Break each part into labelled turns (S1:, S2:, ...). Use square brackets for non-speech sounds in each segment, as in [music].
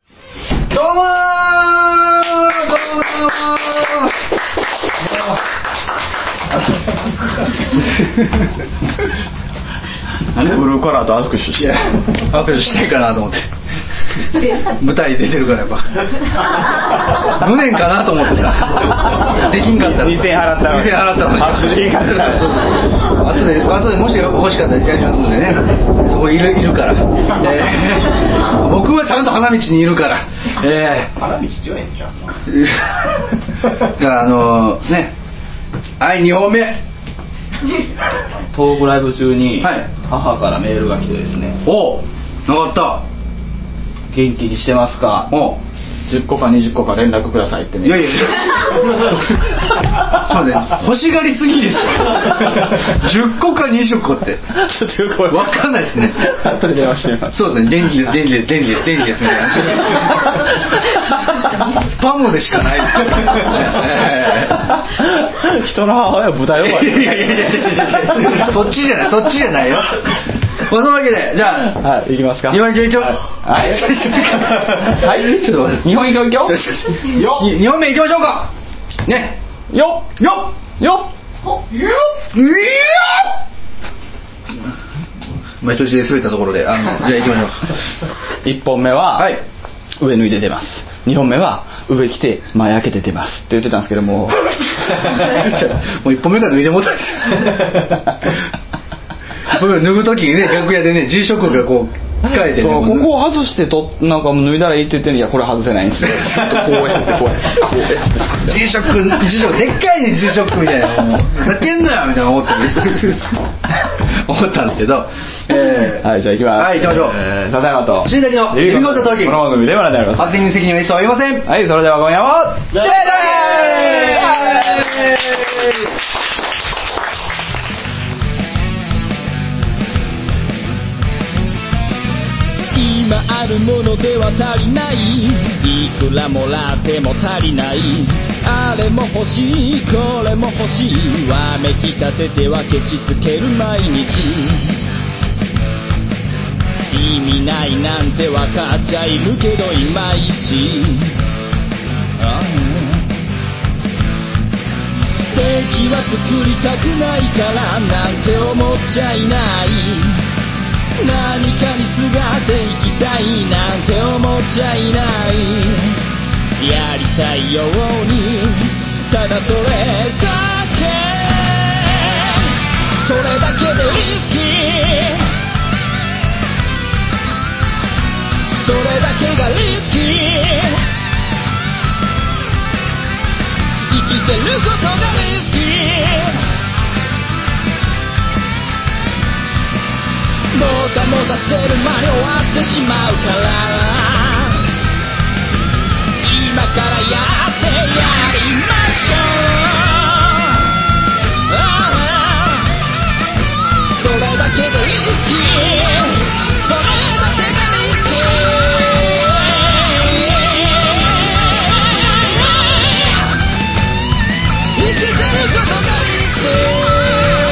S1: どうもーどうも
S2: なんでブルーカラーと握手してる
S1: どうも握手したいかなと思って舞台出てるからやっぱ無念かなと思ってさできんかったら
S2: 2000円払ったの
S1: 2000
S2: に
S1: 円払ったのに
S2: 握手できんかったら
S1: あとで後でもし欲しかったらやりますんでねそこいるいる
S2: [laughs]
S1: から、えー僕はちゃんと花道にいるから
S2: [laughs]
S1: えー
S2: 花火必要やんじゃ [laughs] ん
S1: いやあのねはい2本目
S2: トークライブ中に
S1: はい
S2: 母からメールが来てですね
S1: おうなかっ
S2: 「元気にしてますか
S1: たおう
S2: 10個か20個か連絡ください」ってね
S1: いやいや
S2: [laughs]
S1: ちょっと待って欲しがりすぎでしょ10個か20個って
S2: ちょっとよく
S1: わかんないですね
S2: 後で電話してみます
S1: そうですね電気です電気です電気です電気ですみたいなスパムでしかないですね
S2: 人の母親豚呼ば
S1: いやいやいやいやい
S2: れ
S1: やいやそっちじゃないそっちじゃないよそんなわけでじゃあ
S2: はい行きますか
S1: 日本一応一応
S2: はい
S1: は
S2: はいい
S1: ちょっと待って
S2: 日本行くよ
S1: よ2本目いきましょうかね
S2: よ
S1: よ
S2: っよ
S1: っよっ毎年で滑ったところであのじゃあ行きましょ
S2: っ1本目は
S1: うはい
S2: 上脱いで出ます2本目は上着て前開けて出ますって言ってたんですけども
S1: ちょもう1本目から脱いでもうた僕脱ぐ時にね楽屋でね G ショックがこう疲れてね
S2: そうここを外してとなんかもう脱いだらいいって言ってんのにいやこれ外せないんですよずっとこうやってこうやってこうやって
S1: G ショック G ショックでっかいね G ショックみたいなもうふざけんなよみたいな思ったんです
S2: [laughs]
S1: 思ったんですけどえー
S2: はいじゃあ行きます
S1: はい行きましょう
S2: えー笹山と
S1: 新崎の
S2: リビング
S1: リビングオートトーキング
S2: この番組ではなぜます
S1: 発言責任は一切ありません
S2: はいそれでは今夜も
S1: イエーイ
S3: 今あるものでは足りないいくらもらっても足りないあれも欲しいこれも欲しいわめきたててはケチつける毎日意味ないなんてわかっちゃいるけどいまいちああ敵は作りたくないからなんて思っちゃいない何かにすがっていきたいなんて思っちゃいないやりたいようにただそれだけそれだけでリスキーそれだけがリスキー生きてることがリスキーもたもたしてる間に終わってしまうから今からやってやりましょうああそれだけでリスキーそれだけがリスキー生きてることがリスキ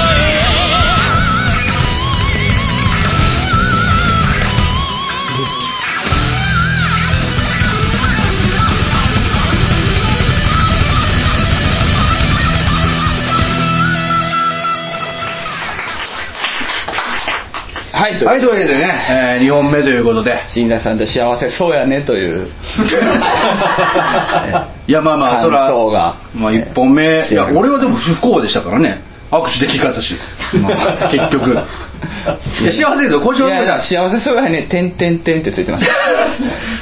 S3: ー
S2: はいという
S1: はいというわけでね、え2本目ということで
S2: 新田さんって幸せそうやねという
S1: いやまあまあそら
S2: 感想が
S1: まあ1本目いや
S2: 幸せ
S1: 俺はでも不幸でしたからね握手できなかったし、ま
S2: [laughs]
S1: あ結局いや幸せですよ今週
S2: い
S1: は
S2: やい
S1: じゃ
S2: や
S1: あ
S2: 幸せそうやね「てんてんてん」ってついてます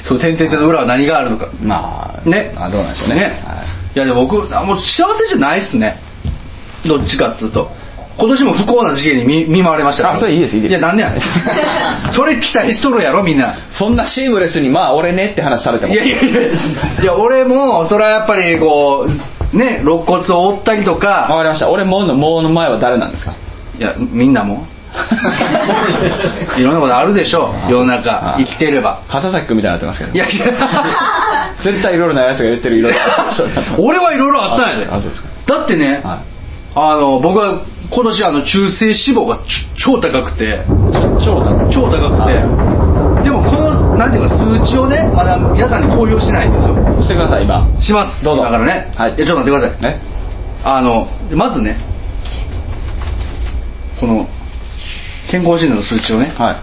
S1: そう点々点の裏は何があるのか
S2: [laughs] まあ
S1: ね
S2: あどうなんでしょうねはい
S1: い、やでも僕あもう幸せじゃないっすねどっちかっつうと今年も不幸な事件に見見舞われましたから
S2: あそれいいですいいです
S1: やなんでや
S2: [laughs]
S1: ねんそれ期待しとるやろみんな
S2: そんなシームレスに「まあ俺ね」って話されて
S1: い
S2: も
S1: やいやいやいや俺もそれはやっぱりこうね肋骨を折ったりと
S2: わ
S1: か
S2: かりました俺もの「も」の前は誰なんですか
S1: いやみんなも
S2: [laughs]
S1: いろんなことあるでしょう世の中
S2: あ
S1: 生きてれば
S2: 畑崎君みたいになってますけど
S1: いやい
S2: [laughs]
S1: や
S2: 絶対いろいろなやつが言ってるいろいろ [laughs]
S1: 俺はいろいろあったんやで
S2: あそうですか
S1: だってね、
S2: は
S1: あの僕は今年あの中性脂肪がちょ超高くて
S2: い超だ
S1: 超高くて知をねまだ皆さんに公表してないんですよ
S2: してください今
S1: します
S2: どうぞ
S1: だからね、
S2: はい
S1: やちょっと待ってください
S2: ね
S1: あのまずねこの健康診断の数値をね、
S2: は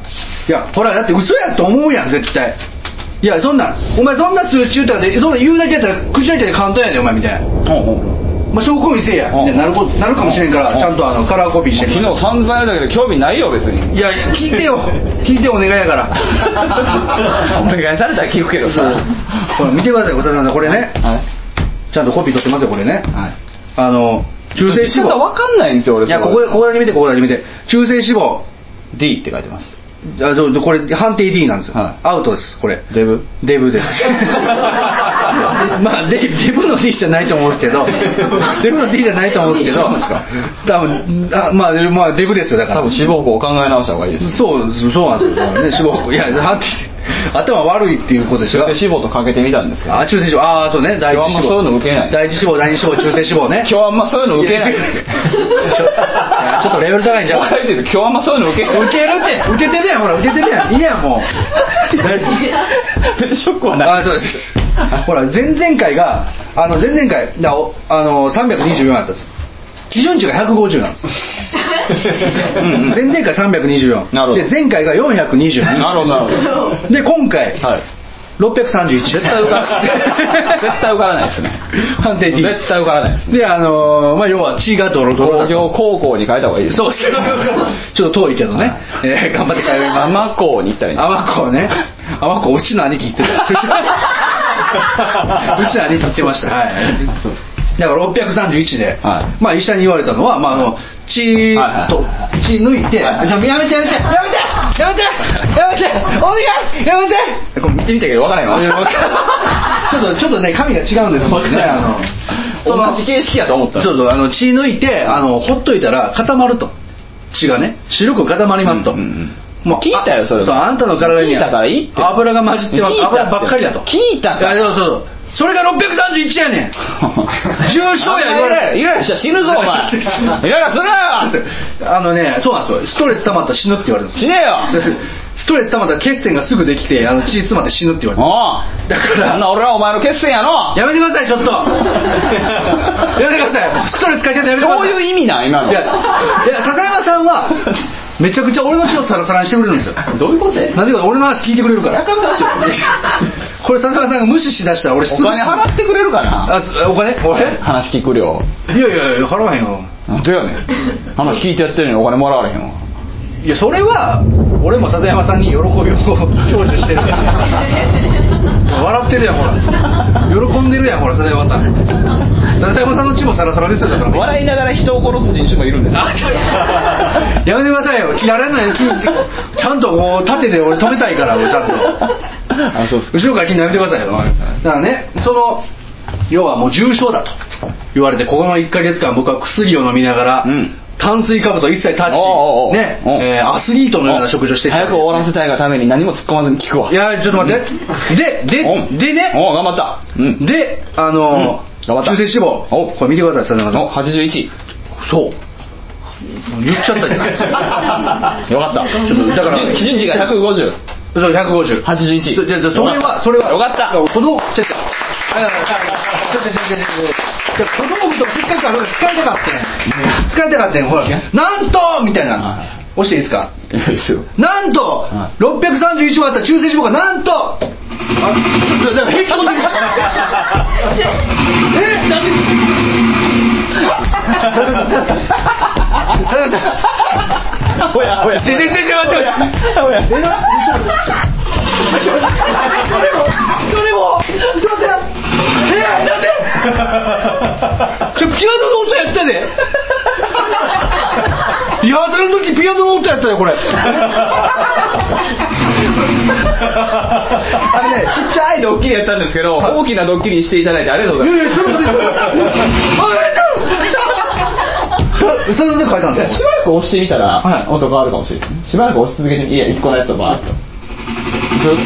S2: い
S1: いやほらだって嘘やと思うやん絶対いやそんなんお前そんな数値言うたらでそんなん言うだけやったら口だけで簡単やでお前みたいな、
S2: うんうん
S1: まあ、証拠見せえや
S2: うん
S1: みたいになることなるかもしれんから
S2: うん
S1: ちゃんとあのカラーコピーして
S2: 昨日散々やるだけで興味ないよ別に [laughs]
S1: いや聞いてよ聞いてよお願いやから
S2: [laughs] お願いされたら聞くけどさ
S1: ほら見てください小田さんこれね
S2: はい
S1: ちゃんとコピー取ってますよこれね
S2: はい
S1: あの中性
S2: ちょ
S1: 脂
S2: っと
S1: 肪
S2: 分かんないんですよ俺
S1: いやここここだけ見てここだけ見て中性脂肪
S2: D って書いてます
S1: あそうこれ判定 D なんですよ、
S2: はい
S1: アウトですこれ
S2: デブ
S1: デブです
S2: [laughs]
S1: まあデデブの D じゃないと思うんですけ
S2: [laughs]
S1: どデブの D じゃないと思うんですけど
S2: そうなんですか
S1: 多分あまあでまあデブですよだから
S2: 多分志望校を考え直した方がいいです
S1: そうそうなんですよ、
S2: [laughs]
S1: ね、脂肪いや判定頭悪いっていうことでしょ
S2: 中性脂肪とかけてみたんですけど
S1: あ中性脂肪ああそうね第一脂肪
S2: 今日はあんまそういうの受けない
S1: 第一脂肪第二脂肪中性脂肪ね
S2: [laughs] 今日あんまそういうの受けない
S1: いやちょいやちょっとレベル高いんじゃん
S2: 怖いです今日あんまそういう [laughs] の受けない
S1: 受けるって受けてるやんほら受けてるやんいいやん
S2: [laughs]
S1: もう
S2: 別にショックはない
S1: あそうです [laughs] ほら前々回があの前々回なおあの324だったんです基準値が150なんです
S2: うん
S1: 前々回324
S2: なるほど
S1: で前回が422
S2: なるほどなるほど
S1: で今回、
S2: はい
S1: 631絶
S2: 絶対
S1: [laughs]
S2: 受からない絶対受からないですね
S1: 判定 D
S2: 絶対受からないですね
S1: であのーまあ要は血がドロドロだ
S2: 工業高校に変えた方がいいです
S1: そうですちょっと遠いけどね、えー頑張って帰ります
S2: 浜校に行ったらいい
S1: あまこね。あまこ、うちの兄貴言
S2: [laughs]
S1: ってた。うちの兄貴言ってました。はい。だから631で、
S2: はい
S1: まあ医者に言われたのは、まああの、血
S2: はい
S1: と、血抜いて、
S2: はい
S1: ちょやめてやめてやめてやめてやめてお願いやめて
S2: これ見てみたけど分からへんわ
S1: [laughs] ちょっと、ちょっとね、髪が違うんです、僕ね、あの、その
S2: 同じ形式やと思った
S1: ちょっとあの血抜いてあのほっといたら固まると血がね白く固まりますと、
S2: うんうんうん
S1: もう
S2: 聞いたよ
S1: あ
S2: それも
S1: うあんたの体に
S2: 聞いたからいいって
S1: 油が混じってま
S2: 聞い
S1: す
S2: たって
S1: 油ばっかりだと
S2: 聞いたから
S1: やそうそうそうそれが631やね
S2: [laughs]
S1: ん重症や言われ
S2: イライラしたら死
S1: [laughs]
S2: ぬぞお [laughs] 前イライラするなよ
S1: あのねそうなんですよストレス溜まったら死ぬって言われるんです
S2: 死ねよ
S1: ストレス溜まったら血栓がすぐできてあの血詰まって死ぬって言われる
S2: おう
S1: だから
S2: あんな俺はお前の決戦やの
S1: やめてくださいちょっと [laughs] やめてくださいもうストレスかけてやめてください
S2: どういう意味なん今の
S1: いや、いや、笹山さんは、めちゃくちゃ俺の血をサラサラにしてくれるんですよ。
S2: どういうことや
S1: なんでか、俺の話聞いてくれるから。これ、笹山さんが無視しだしたら、俺、
S2: お金払ってくれるかな
S1: あ、すお金俺
S2: 話聞く量
S1: いやいやいや、払わへんよ。
S2: なんでやねん話聞いてやってるのにお金もらわれへんわ
S1: いや、それは、俺も笹山さんに喜びを [laughs] 享受してるから。笑ってるやん、ほら。喜んでるやん、ほら、笹山さん。笹山さんの血もサラサラですよ、だから。
S2: 笑いながら人を殺す人種もいるんですよ
S1: [laughs] やめてくださいよ切られないよ切ちゃんとこう盾で俺止めたいから俺ちゃんと
S2: あそうっすか
S1: 後ろから切るのやめてくださいよだからねその要はもう重症だと言われてここの1か月間僕は薬を飲みながら、
S2: うん
S1: 炭水化物を一切タッチ
S2: おうおうおう
S1: ね
S2: おう
S1: えーアスリートのような食事をしてきた
S2: 早く終わらせたいがために何も突っ込まずに聞くわ
S1: いやちょっと待ってでで
S2: おう
S1: でね
S2: おう頑張った [laughs] うん
S1: であの
S2: うん頑張った
S1: 中性脂肪
S2: おう
S1: これ見てください佐々
S2: お
S1: 木
S2: 81
S1: さんそう言っちゃったじゃない
S2: [laughs] よかった
S1: だから
S2: 基準値が150
S1: そう150
S2: 81
S1: じゃじゃじゃそれ
S2: よかっ
S1: は
S2: た
S1: それは
S2: よかった
S1: 子供ちょっとあいやいやちょっとちょっとちょっとちょっと子供とせっかくあるから使いたかったね使いたかったねほらなんとみたい
S2: は
S1: ない押していいですか
S2: いいですよ
S1: なんと
S2: は
S1: 631割った中性脂肪がなんとあちょっとだから平均的に [laughs] えダメダメダメ
S2: おやおや
S1: ちょちょちょちょ待って待って
S2: おや
S1: えなどれもどれもどうせえなんでちょピアノの音やった [laughs] でリハーサルの時ピアノの音やったでこれあれね
S2: ちっちゃいドッキリやったんですけど、
S1: はい
S2: 大きなドッキリにしていただいてありがとうご
S1: い
S2: ざい
S1: やい
S2: ま。
S1: やちょっと待ってあえっとそれで書いたんですす
S2: し
S1: よ
S2: ばらく押してみたら、
S1: はい
S2: 音変わるかもしれない。しばらく押し続けてみいや、一個のやつをバーッと。ずっと、ずっと。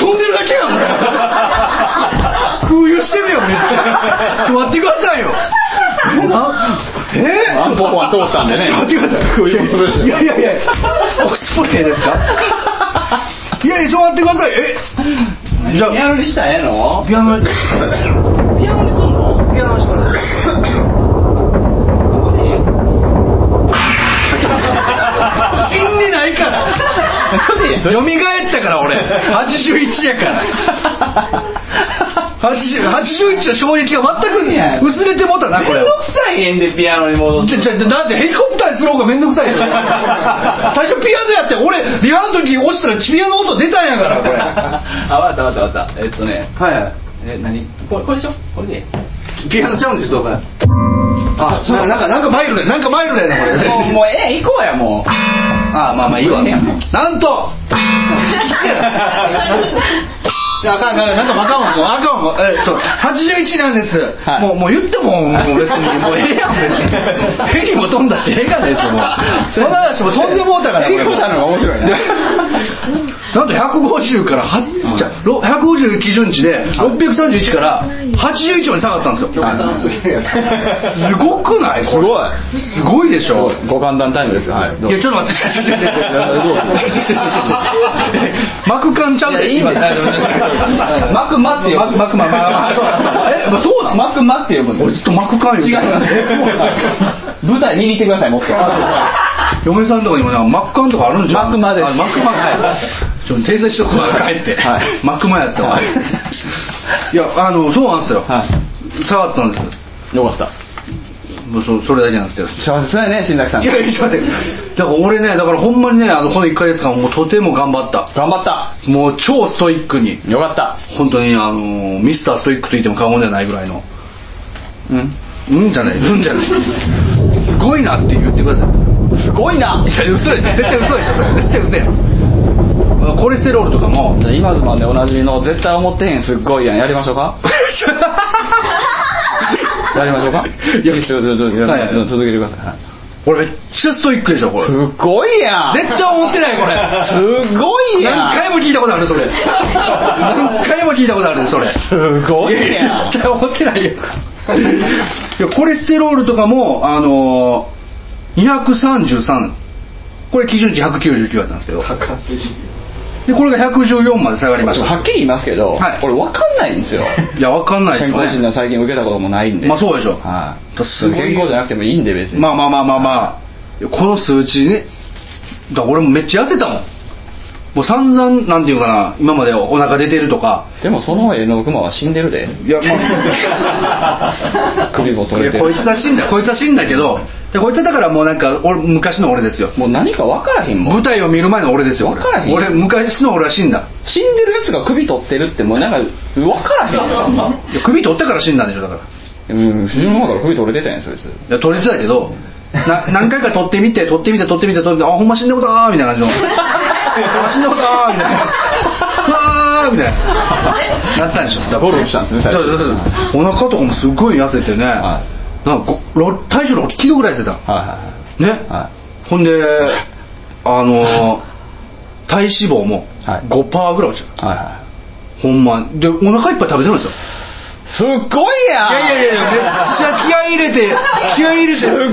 S1: 飛んでるだけやんこれ空輸してるよめっちゃちょ待ってくださいよえなえ
S2: アンポーは通ったんでね。
S1: 待ってください
S2: 空輸もするし
S1: いやいやいやオックスフォーテですかいやいやそうやってくださいえじゃあ
S2: ピアノにしたらええの
S1: ピアノピアノにすんのピアノにしてください死んでないから蘇ったから俺81やから80 81の衝撃が全く薄れてもたなこ
S2: め
S1: れ
S2: んどくさいんでピアノに戻す
S1: ちょちょだってヘリコプターにする方が面倒くさいよ最初ピアノやって俺リハの時落ちたらピアノ音出たんやからこれ
S2: [laughs] あわかったわかったわかったえっとね
S1: は
S2: え何これこれでしょこれで
S1: いピアノちゃうんですよどうかあななんかなんかマイルドやなんかマイルドやなこれ
S2: もうもうええ行こうやもう
S1: あまあまあいいわ
S2: いやもう
S1: なん [laughs] といやあかんあかんなんかもうあかんわもうあかんわえっと81なんです、
S2: はい
S1: もうもう言ってももう別にもうええやん別に [laughs] ヘリも飛んだしええがないですよもうその話も飛んでもうたから
S2: ヘリコプターの方が面白いな
S1: なんと150からは、じゃあろ150基準値で631から81まで下がったんですよ、すごくないこれすごいでしょ
S2: ご簡単タイムですはいどう
S1: いやちょっと待ってちょちょちょちょちょちょちょちょマクカンちゃうで
S2: いやいいんですマクマって呼
S1: マク
S2: ぶ
S1: マクママえそうなの
S2: マクマって呼ぶん
S1: 俺
S2: で
S1: ず
S2: す
S1: っとマクカン
S2: 違います舞台見に行ってくださいもっと
S1: 嫁さんとかにもなマックカンとかあるんじゃん
S2: マクマです
S1: あマクマ
S2: はい
S1: ちょっと訂正しとくわ帰って、
S2: はい
S1: マクマやったわ、
S2: はいい、
S1: やあのそうなんですよ、
S2: はい
S1: 下がったんです
S2: よかった
S1: もうそそれだけなんですけど
S2: 幸せだね新崎さん
S1: いやいやちょっと待ってだから俺ねだからほんまにねあのこの1ヶ月間もうとても頑張った
S2: 頑張っ
S1: もう超ストイックに
S2: たよかった
S1: 本当にあのーミスターストイックと言っても過言ではないぐらいの
S2: うん
S1: うんじゃないうんじゃないすごいなって言ってください
S2: すごいない
S1: や嘘でしょ絶対嘘でしょそれ絶対嘘やんコレステロールとかも [laughs]
S2: じゃあ今ズマンでおなじみの絶対思ってへんすっごいやんやりましょうかやりましょうか
S1: いや
S2: ちょちょちょちょ
S1: はいはい
S2: 続けてくださいはい
S1: 俺めっちゃストイックでしょこれ
S2: す
S1: 絶
S2: っごいやん
S1: 対思ってないこれ
S2: すごいやん
S1: 何回も聞いたことあるそれ何回も聞いたことあるそれ
S2: すごい
S1: い
S2: や
S1: や
S2: ん
S1: 絶対思ってないよ [laughs] いやコレステロールとかもあのー、233これ基準値199だったんですけどでこれが114まで下がりまし
S2: は
S1: た
S2: っきり言いますけど、
S1: はい
S2: 俺分かんないんですよ
S1: [laughs] いやわかんないです
S2: 健
S1: よ
S2: 康診
S1: ね
S2: 断最近受けたこともないんで
S1: まあそうでしょ
S2: はい
S1: だすごい
S2: 健康じゃなくてもいいんで別に、
S1: まあまあまあまあまあこの数値ねだから俺もめっちゃ痩せたもんもう散々なんていうかな今までお腹出てるとか
S2: でもその絵のクマは死んでるで
S1: いやまあ
S2: [laughs] 首も取れ
S1: い
S2: て
S1: や
S2: る
S1: こいつは死んだこいつは死んだけどでこいつはだからもうなんか俺昔の俺ですよ
S2: もう何か分からへんもん
S1: 舞台を見る前の俺ですよ俺
S2: わからへん
S1: 俺昔の俺は死んだ
S2: 死んでるやつが首取ってるってもうなんか分からへん
S1: [laughs]
S2: よ
S1: いや首取ってから死んだんでしょだから
S2: うん藤本の方から首取れてたやんそいつ
S1: いや取りづらいけど
S2: [laughs]
S1: な何回か取ってみて取ってみて取ってみて取ってみてあほんま死んだことあーみたいな感じ
S2: [laughs]
S1: のほんま死んだことあーみたいなあーみたいななってたんでしょだから
S2: ゴルフしたんですね最初
S1: そうそうそうお腹とかもすごい痩せてね、
S2: は
S1: なんかごろ体重6キロぐらい痩せた
S2: は
S1: ね、
S2: は
S1: ほんであのー体脂肪も
S2: はい
S1: 5%ぐらい落ちた、
S2: いはいは
S1: ほんまでお腹いっぱい食べてるんですよ
S2: いすっごいやん
S1: いやいやいやめっちゃ気合い入れて気合い入れて
S2: すごい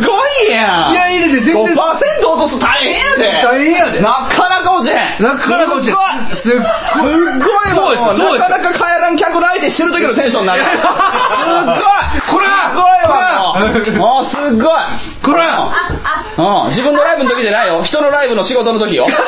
S2: やん
S1: 気合い入れて全然
S2: 5%落とすと大変やで
S1: 大変やで
S2: なかなか落ちへん
S1: なかなか落ちない
S2: すっごいすっごいもう
S1: そうですそうです
S2: なかなか帰らん客の相手してる時のテンションになるすっごい
S1: こら
S2: すごいわもうもうすっごい
S1: こら
S2: うん、自分のライブの時じゃないよ人のライブの仕事の時よ、うん、すっ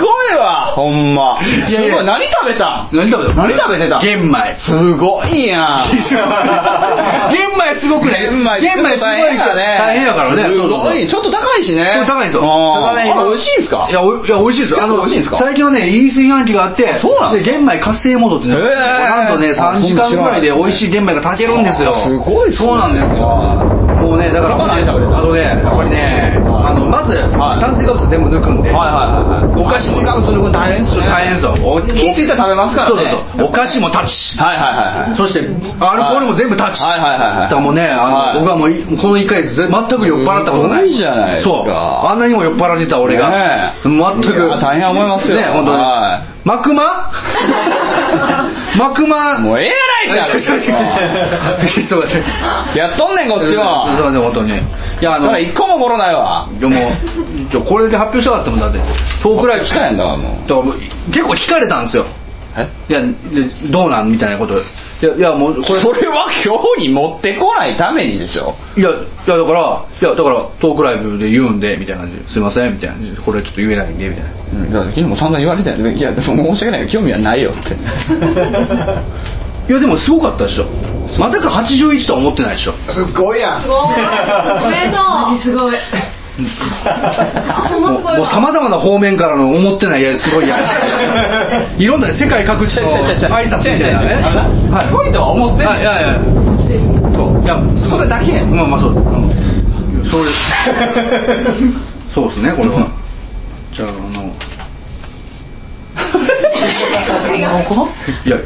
S2: ごいわほんま
S1: いやいや
S2: すごい何食べたん
S1: 何食べた
S2: 何食べてた
S1: 玄米
S2: すごいや
S1: [laughs]
S2: ん
S1: 玄米すごくない
S2: 玄
S1: 玄
S2: 米
S1: 米すごい
S2: 大変やね
S1: 大変やからね
S2: す
S1: そうそうそ
S2: ご
S1: う
S2: いちょっと高いし
S1: こ
S2: ね
S1: れ高いんですよ
S2: あ
S1: 高いね今
S2: ーあ美味しいんですか
S1: いやおいや美味しいですよ
S2: 結構美味しいんですか
S1: 最近はねいい炊飯器があって
S2: そうなんですか
S1: 玄米活性モードってね
S2: へー
S1: なんとね
S2: あ
S1: 3時間ぐらいで美味しい玄米が炊けるんですよ
S2: あすごいっすね
S1: そうなんですよもうねだから
S2: 他何食べてた
S1: あのねやっぱりねあのまず
S2: はい
S1: 炭水化物全部抜くんで
S2: はいはいはいはい
S1: お菓子も
S2: ガムする分大変ですよね
S1: 大変ですよお
S2: 気ぃついたら食べますからね
S1: そうそうそうお菓子もタッチ
S2: はいはいはいはい
S1: そしてアルコールも全部タッチ
S2: はいはいはいはい
S1: だからもうねあ
S2: は
S1: の
S2: い
S1: 僕はもういこの1回全く酔っ払ったことない
S2: すごいじゃないですか
S1: そうあんなにも酔っ払ってた俺が
S2: ねえ
S1: 全く
S2: いや大変思いますよ
S1: ね本当に
S2: は
S1: マク [laughs] ママクマ
S2: もうええ
S1: え [laughs]
S2: やないか
S1: すいません
S2: やっとんねんこっち
S1: すいま
S2: は
S1: せん本当にいやあ
S2: だか
S1: の
S2: ら
S1: い
S2: 一個もおもろないわ
S1: やもうちょこれだけ発表したかったもんだってトークライブ
S2: しかないんだからもう
S1: だからもう結構聞かれたんですよ
S2: え
S1: いやでどうなんみたいなこといやいやもうこれ
S2: それは今日に持ってこないためにでしょ
S1: いやいやだからいやだからトークライブで言うんでみたいな感じですいませんみたいな感じでこれちょっと言えないんでみたいな
S2: うんだから昨日も散々言われたよねいやでも申し訳ないけど興味はないよって
S1: いやでもすごかったでしょまさか81とは思ってないでし
S2: [laughs]
S1: ょ
S4: すっごいやん
S5: おーおめでとうマジすごい
S1: もうもう様々な方面からの思ってないいやす
S2: [laughs]
S1: ごいやいろんな世界各地の挨拶みたいなねはい
S2: すごいとは思って
S1: はい
S2: ない
S1: やい
S2: そう
S1: やいや
S2: それだけやん
S1: まあまあ
S2: [laughs]
S1: そううんそれそうですねこれはじゃああ
S2: [laughs]
S1: のいや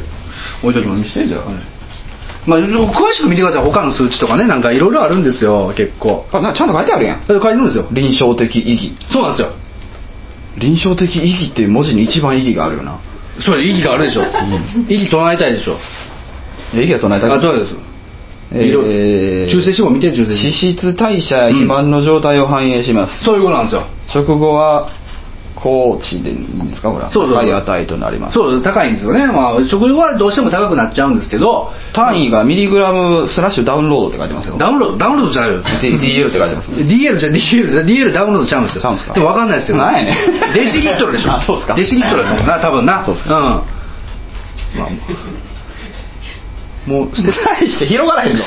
S1: 置いときます
S2: てじゃん
S1: はいまあ詳しく見てください他の数値とかねなんかいろいろあるんですよ結構
S2: [laughs] あなちゃんと書いてあるやん
S1: 書いてるんですよ
S2: 臨床的意義
S1: そうなんですよ
S2: 臨床的意義って文字に一番意義があるよな
S1: それ意義があるでしょ意義唱えたいでしょ
S2: 意義は唱えた
S1: あどうですいろ
S2: えー
S1: 中性脂肪見て中性
S2: 脂
S1: 脂肪
S2: 質代謝や肥満の状態を反映します、
S1: そういうことなんですよ
S2: 食後は高知でいいんですかこれは
S1: そうそう
S2: 高い値となります
S1: そう高いんですよねまあ食料はどうしても高くなっちゃうんですけど
S2: 単位がミリグラムスラッシュダウンロードって書いてますよ
S1: ダウンロードダウンロードじゃない
S2: [laughs]
S1: よ
S2: D- DL って書いてます
S1: DL じゃ DL だ DL ダウンロードちゃうんですよ
S2: ちゃうんすか
S1: でも分かんないですけど
S2: なんやねん
S1: デシリットルでしょ
S2: あそうっすか
S1: デシリットルだもんな多分な
S2: そうっす
S1: うんまあもうもう捨て
S2: 大して広がらへんの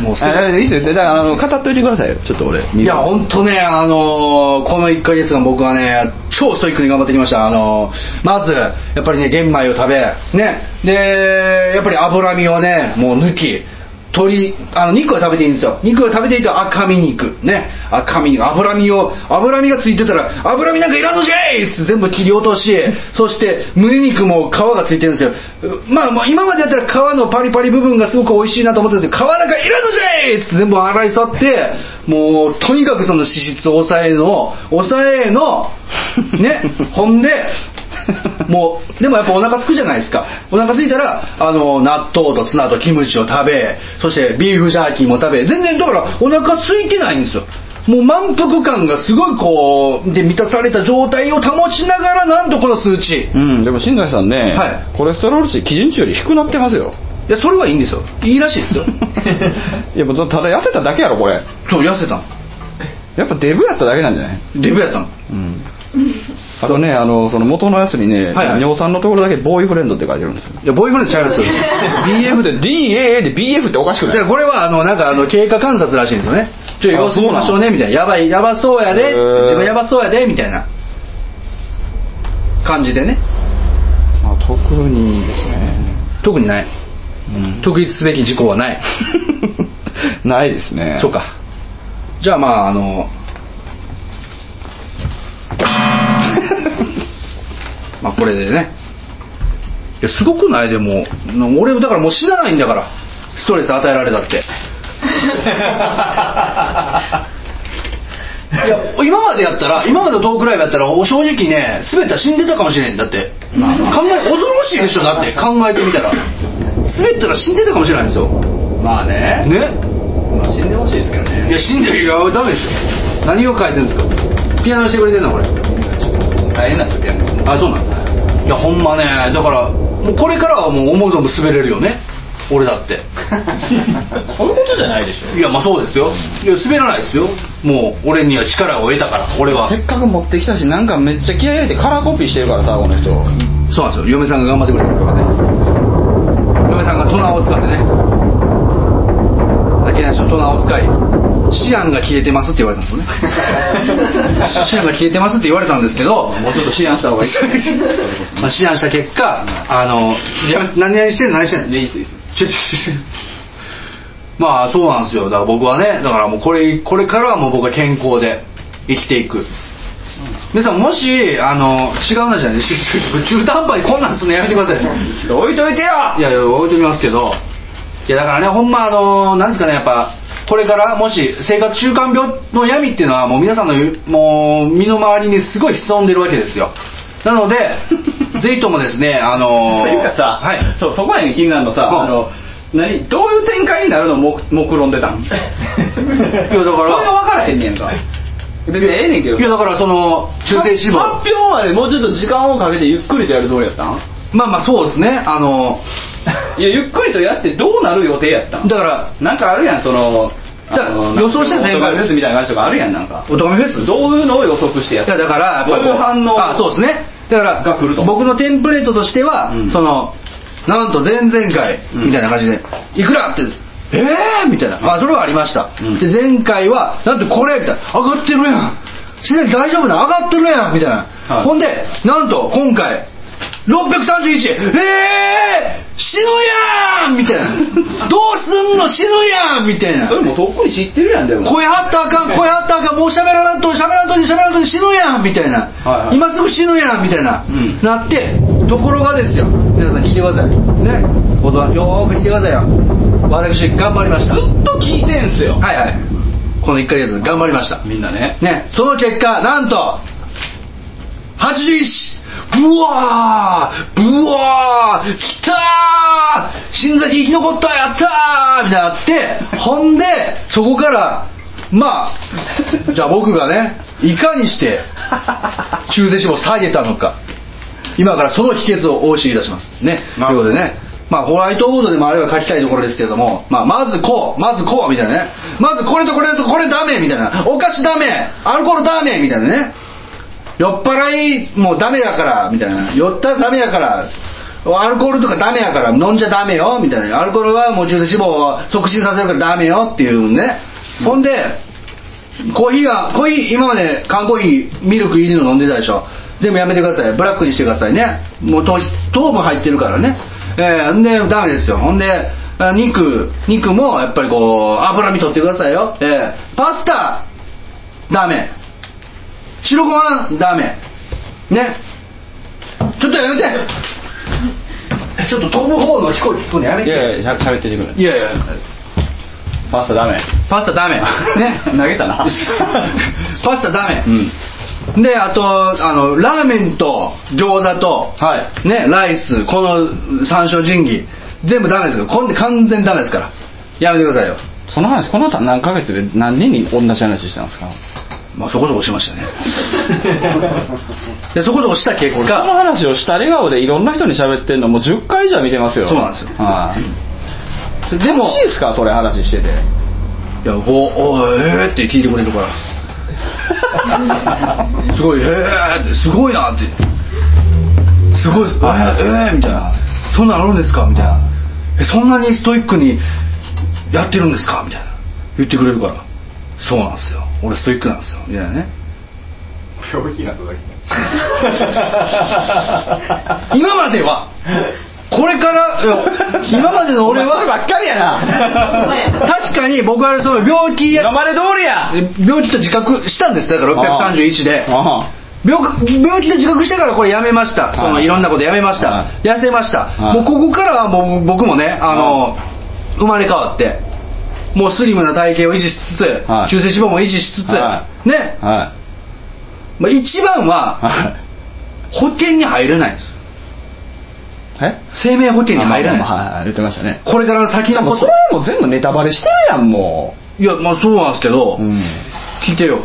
S1: も
S2: [laughs] も
S1: う
S2: う
S1: 捨て
S2: いいっすよだからあの語っといてくださいよちょっと俺
S1: いや本当ねあのーこの1ヶ月間僕はね超ストイックに頑張ってきましたあのーまずやっぱりね玄米を食べねでやっぱり脂身をねもう抜き鶏あの肉は食べていいんですよ肉は食べていいと赤身肉ね赤身肉脂身を脂身がついてたら脂身なんかいらんのじゃいっつって全部切り落としそして胸肉も皮がついてるんですようまあまあ今までやったら皮のパリパリ部分がすごく美味しいなと思ってたんですけど皮なんかいらんのじゃいっつって全部洗い去ってもうとにかくその脂質を抑えの抑えのねほんでもうでもやっぱお腹空くじゃないですかお腹空いたらあの納豆とツナとキムチを食べそしてビーフジャーキーも食べ全然だからお腹空いてないんですよもう満腹感がすごいこうで満たされた状態を保ちながらなんとこの数値
S2: うんでも新谷さんね、
S1: はい
S2: コレステロール値基準値より低くなってます [laughs] よ
S1: いやそれはいいんですよいいらしいですよ
S2: いやもうただ痩せただけやろこれ
S1: そう痩せたの
S2: やっぱデブやっただけなんじゃない
S1: デブやったの
S2: [laughs] うんあとねあのその元のやつに
S1: は
S2: ね、
S1: いはい
S2: 尿酸のところだけボーイフレンドって書いてるん [laughs] ですよ
S1: いやボーイフレンドちゃいます
S2: BF で DAA で BF っておかしく
S1: で
S2: ない
S1: これはあのなんかあの経過観察らしいんですよねちょっと様子見ましょう
S2: あそうな
S1: ね
S2: の
S1: みたいなやばいやばそうやで
S2: へー
S1: 自分やばそうやでみたいな感じでね
S2: まあ特にですね、
S1: 特にない
S2: うん
S1: 特筆すべき事項は
S2: [laughs]
S1: ない
S2: ないですね
S1: そうかじゃあまああのまあこれでねいやすごくないでも俺だからもう死なないんだからストレス与えられたっていや今までやったら今までのトークライブやったら正直ね全ては死んでたかもしれんだって考え恐ろしいでしょだって考えてみたら全てが死んでたかもしれないんですよ
S2: まあね
S1: ね
S2: まあ死んでほしいですけどね
S1: いや死んでるいやダメでしょ何を書いてるんですかピアノしてくれてんのこれ
S2: 大変なんですよピアノです
S1: あそうなんだいやほんまねだからもうこれからはもう思う存分滑れるよね俺だ [laughs] って
S2: [laughs] そういうことじゃないでし
S1: いやまあそうですよいや滑らないですよもう俺には力を得たから俺は
S2: せっかく持ってきたしなんかめっちゃ気合い入れてカラーコピーしてるからさこの人
S1: そうなんですよ嫁さんが頑張ってくれてるからね嫁さんがトナーを使ってねだけないしトナーを使いシアンが消えてますって言われたんですよね
S2: [laughs]
S1: シアンが消えてますって言われたんですけど
S2: もうちょっと思案した方がいい
S1: まあ、思案した結果、あの、いや何々してんの何してんの
S2: いやいいっすいいっす
S1: ちょちょちょまあ、そうなんですよ。だから僕はね、だからもうこれ、これからはもう僕は健康で生きていく。皆さん、もし、あの、違うなじゃない、ち [laughs] ょちょ中途半端にこんなんすんのやめてください。
S2: ちょっと置いといてよ
S1: いやいや置いときますけどいやだからねほんまあのなんですかねやっぱこれからもし生活習慣病の闇っていうのはもう皆さんのもう身の回りにすごい潜んでるわけですよなの
S2: [laughs]
S1: でぜひともですねあの
S2: というかさ、
S1: はい
S2: そうそこはね気になるのさ、
S1: うん
S2: あの何どういう展開になるのも目論んでたんい
S1: いやだから
S2: それは分からへんねんか別にええねんけど
S1: いやだからその中性脂肪
S2: 発表までもうちょっと時間をかけてゆっくりとやるつもりやっ
S1: [laughs]
S2: たん
S1: まあまあそうですねあの
S2: いやゆっくりとやってどうなる予定やったん
S1: だから
S2: なんかあるやんその
S1: だから
S2: あの
S1: 予想してた展開
S2: なんかオートバイフェスみたいな話とかあるやんなんか
S1: おとがめフェス
S2: どういうのを予測してやっ
S1: いや
S2: た
S1: だからやっ
S2: どう
S1: ぱり
S2: いう反応
S1: あそうですねだから
S2: が来ると
S1: 僕のテンプレートとしては、
S2: うん
S1: そのなんと前々回
S2: うん
S1: みたいな感じで「いくら?」って「ええー!」みたいな、まあ、それはありました、
S2: うん
S1: で前回は「だってこれ」みたいな「上がってるやん自然大丈夫な上がってるやん」みたいな、
S2: はい
S1: ほんでなんと今回631えー、死ぬやんみたいな
S2: [laughs]
S1: どうすんの死ぬやんみたいな
S2: それもうとっくに知ってるやんでも
S1: 声張ったらあかん声張ったらあかんもう喋らんと喋らんと喋らんと死ぬやんみたいな、
S2: はいはい
S1: 今すぐ死ぬやんみたいな、
S2: うん
S1: なってところがですよ皆さん聞いてくださいねほどよーく聞いてくださいよ私頑張りました
S2: ずっと聞いてんすよ
S1: はいはいこの1ヶ月頑張りました
S2: みんなね
S1: ねその結果なんと81ブワーブワーきたー新崎生き残ったやったーみたいになってほんでそこからまあじゃあ僕がねいかにして中性脂肪を下げたのか今からその秘訣をお教えいたしますねと
S2: ないる
S1: うこと
S2: ほど
S1: でねまあホワイトボードでもあれば書きたいところですけれども、まあ、まずこうまずこうみたいなねまずこれとこれとこれダメみたいなお菓子ダメアルコールダメみたいなね酔っ払いもうダメやからみたいな酔ったらダメやからアルコールとかダメやから飲んじゃダメよみたいなアルコールはもう中性脂肪を促進させるからダメよっていうね、ほんでコーヒーはコーヒー今まで缶コーヒーミルク入りの飲んでたでしょ全部やめてくださいブラックにしてくださいねもう糖質糖分入ってるからねえー、んでダメですよほんであ肉肉もやっぱりこう脂身取ってくださいよえー、パスタダメ白ご飯ダメねちょっとやめてちょっと飛ぶ方の飛行機作るのやめ
S2: い
S1: て
S2: やいやしゃ喋っててくれ
S1: いやいや
S2: パスタダメ
S1: パスタ
S2: [laughs]
S1: ダメね
S2: 投げ
S1: [laughs]
S2: たな
S1: パスタダメ
S2: う、ん
S1: であとあのラーメンと餃子と、
S2: はい
S1: ねライスこの三種神器全部ダメですよこんで完全にダメですからやめてくださいよ
S2: その話この後何ヶ月で何人に同じ話したんですか
S1: まあそこそこしましたねでそこそこした結果
S2: この話をした笑顔でいろんな人に喋ってんのもう10回以上見てますよ
S1: そうなんですよ
S2: はい、
S1: でも
S2: 楽しいですかそれ話してて
S1: いやこうおーえーって聞いてくれる
S2: [laughs]
S1: からすごいえーってすごいなってすごいえーえーみたいなそんなんあるんですかみたいなえそんなにストイックにやってるんですかみたいな言ってくれるからそうなんですよ俺ストイックなんですよみたいな
S2: [laughs]
S1: ね
S4: 病気になっただけ
S1: 今まではこれからいや今までの俺
S2: お前それば
S1: は
S2: っかりやな
S1: 確かに僕はそう病気や
S2: 今まで通りや
S1: 病気と自覚したんですだから631で
S2: あ
S1: 病病気で自覚してからこれやめました、
S2: い
S1: い、そのいろんなことやめました、
S2: は
S1: 痩せました、
S2: はい
S1: もうここからはもう僕もねあの、生まれ変わってもうスリムな体型を維持しつつ、
S2: はい
S1: 中性脂肪も維持しつつ、
S2: は
S1: ね
S2: あ、は
S1: まあ、一番
S2: い
S1: は
S2: はい
S1: 保険に入れないんです
S2: え
S1: 生命保険に入れないんです、
S2: はいはい言ってましたね
S1: これからの先の
S2: もう
S1: こ
S2: そ
S1: と
S2: れはもう全部ネタバレしてるやんも
S1: いやまあそうなんですけど、
S2: う、 [laughs] うん、
S1: 聞いてよ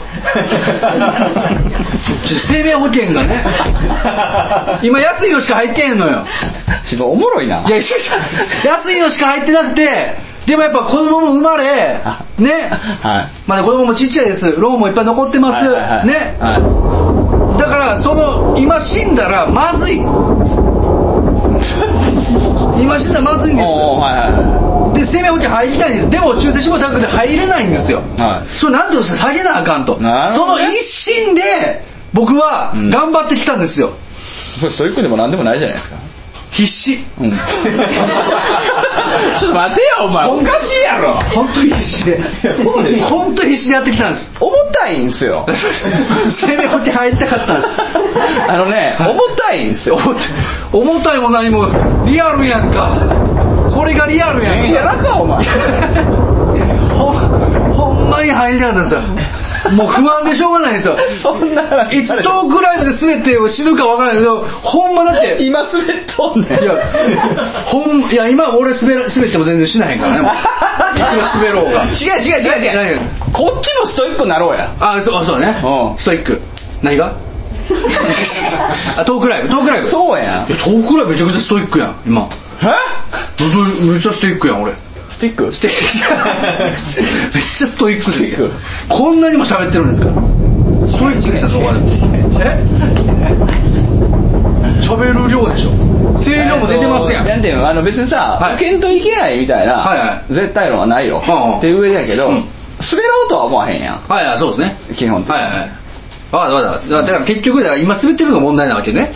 S1: ちょ生命保険がね今安いのしか入ってへんのよ
S2: ちょっとおもろいない
S1: やいやいや安いのしか入ってなくてでもやっぱ子供も生まれね
S2: はい
S1: まだ子供もちっちゃいですローンもいっぱい残ってます、
S2: はいはいはい
S1: ね
S2: は
S1: だからその今死んだらまずい今死んだらまずいん
S2: い
S1: です
S2: おーは
S1: で生命保険入りたいんですでも中性脂肪高くて入れないんですよ、
S2: はい
S1: それなんとして下げなあかんと、
S2: なる
S1: そ
S2: ほど
S1: の
S2: ね
S1: 一心で僕は
S2: うん
S1: 頑張ってきたんですよ、
S2: いはいストイックでもなんでもないじゃないですか
S1: 必死
S2: うんちょっと待てよお前おかしいやろ
S1: 本当に必死で
S2: そうですよ
S1: [laughs] 本当に必死でやってきたんです
S2: 重たいんす [laughs] よ
S1: [laughs] 生命保険入りたかったんです
S2: あのね
S1: はい
S2: 重たいんすよ
S1: 重た [laughs] 重たいも何もリアルやんかこれがリアルやん
S2: や
S1: か
S2: らかお前
S1: [laughs] ほんほんまに入りたかったんですよもう不安でしょうがないんですよ
S2: そんな話
S1: いつどうぐらいで滑って死ぬかわからないけどほんまだって
S2: 今滑っとんねん
S1: いや、ほん、いや、今俺滑ら、滑っても全然しなへんからね。いくら滑ろうが。
S2: 違う違う違う違う
S1: 何
S2: こっちもストイックになろうや
S1: あ、そう、あそうだ
S2: う
S1: ね
S2: ん。
S1: ストイック。何が [laughs] あ、トークライブ、トークライブ。う。
S2: そうやん
S1: トークライブめちゃくちゃストイックやん、今。
S2: え
S1: どどめっちゃストイックや
S2: [laughs]
S1: ん、俺。
S2: スティック
S1: ストイックめっちゃストイックですよ
S2: ストイック
S1: こんなにも喋ってるんですから。ストイックですよ、そこまで。え喋る量でしょ。声量も出てますやん。
S2: なんていうのあの別にさ、
S1: はい
S2: 受けんといけないみたいな、
S1: はいはい
S2: 絶対論はないよ、
S1: うんうん
S2: っていう上だけど、
S1: うん
S2: 滑ろうとは思わへんやん
S1: はいはい、そうですね。
S2: 基本的に
S1: はいはい。わかったわかった。だから結局、だから今滑ってるのが問題なわけね。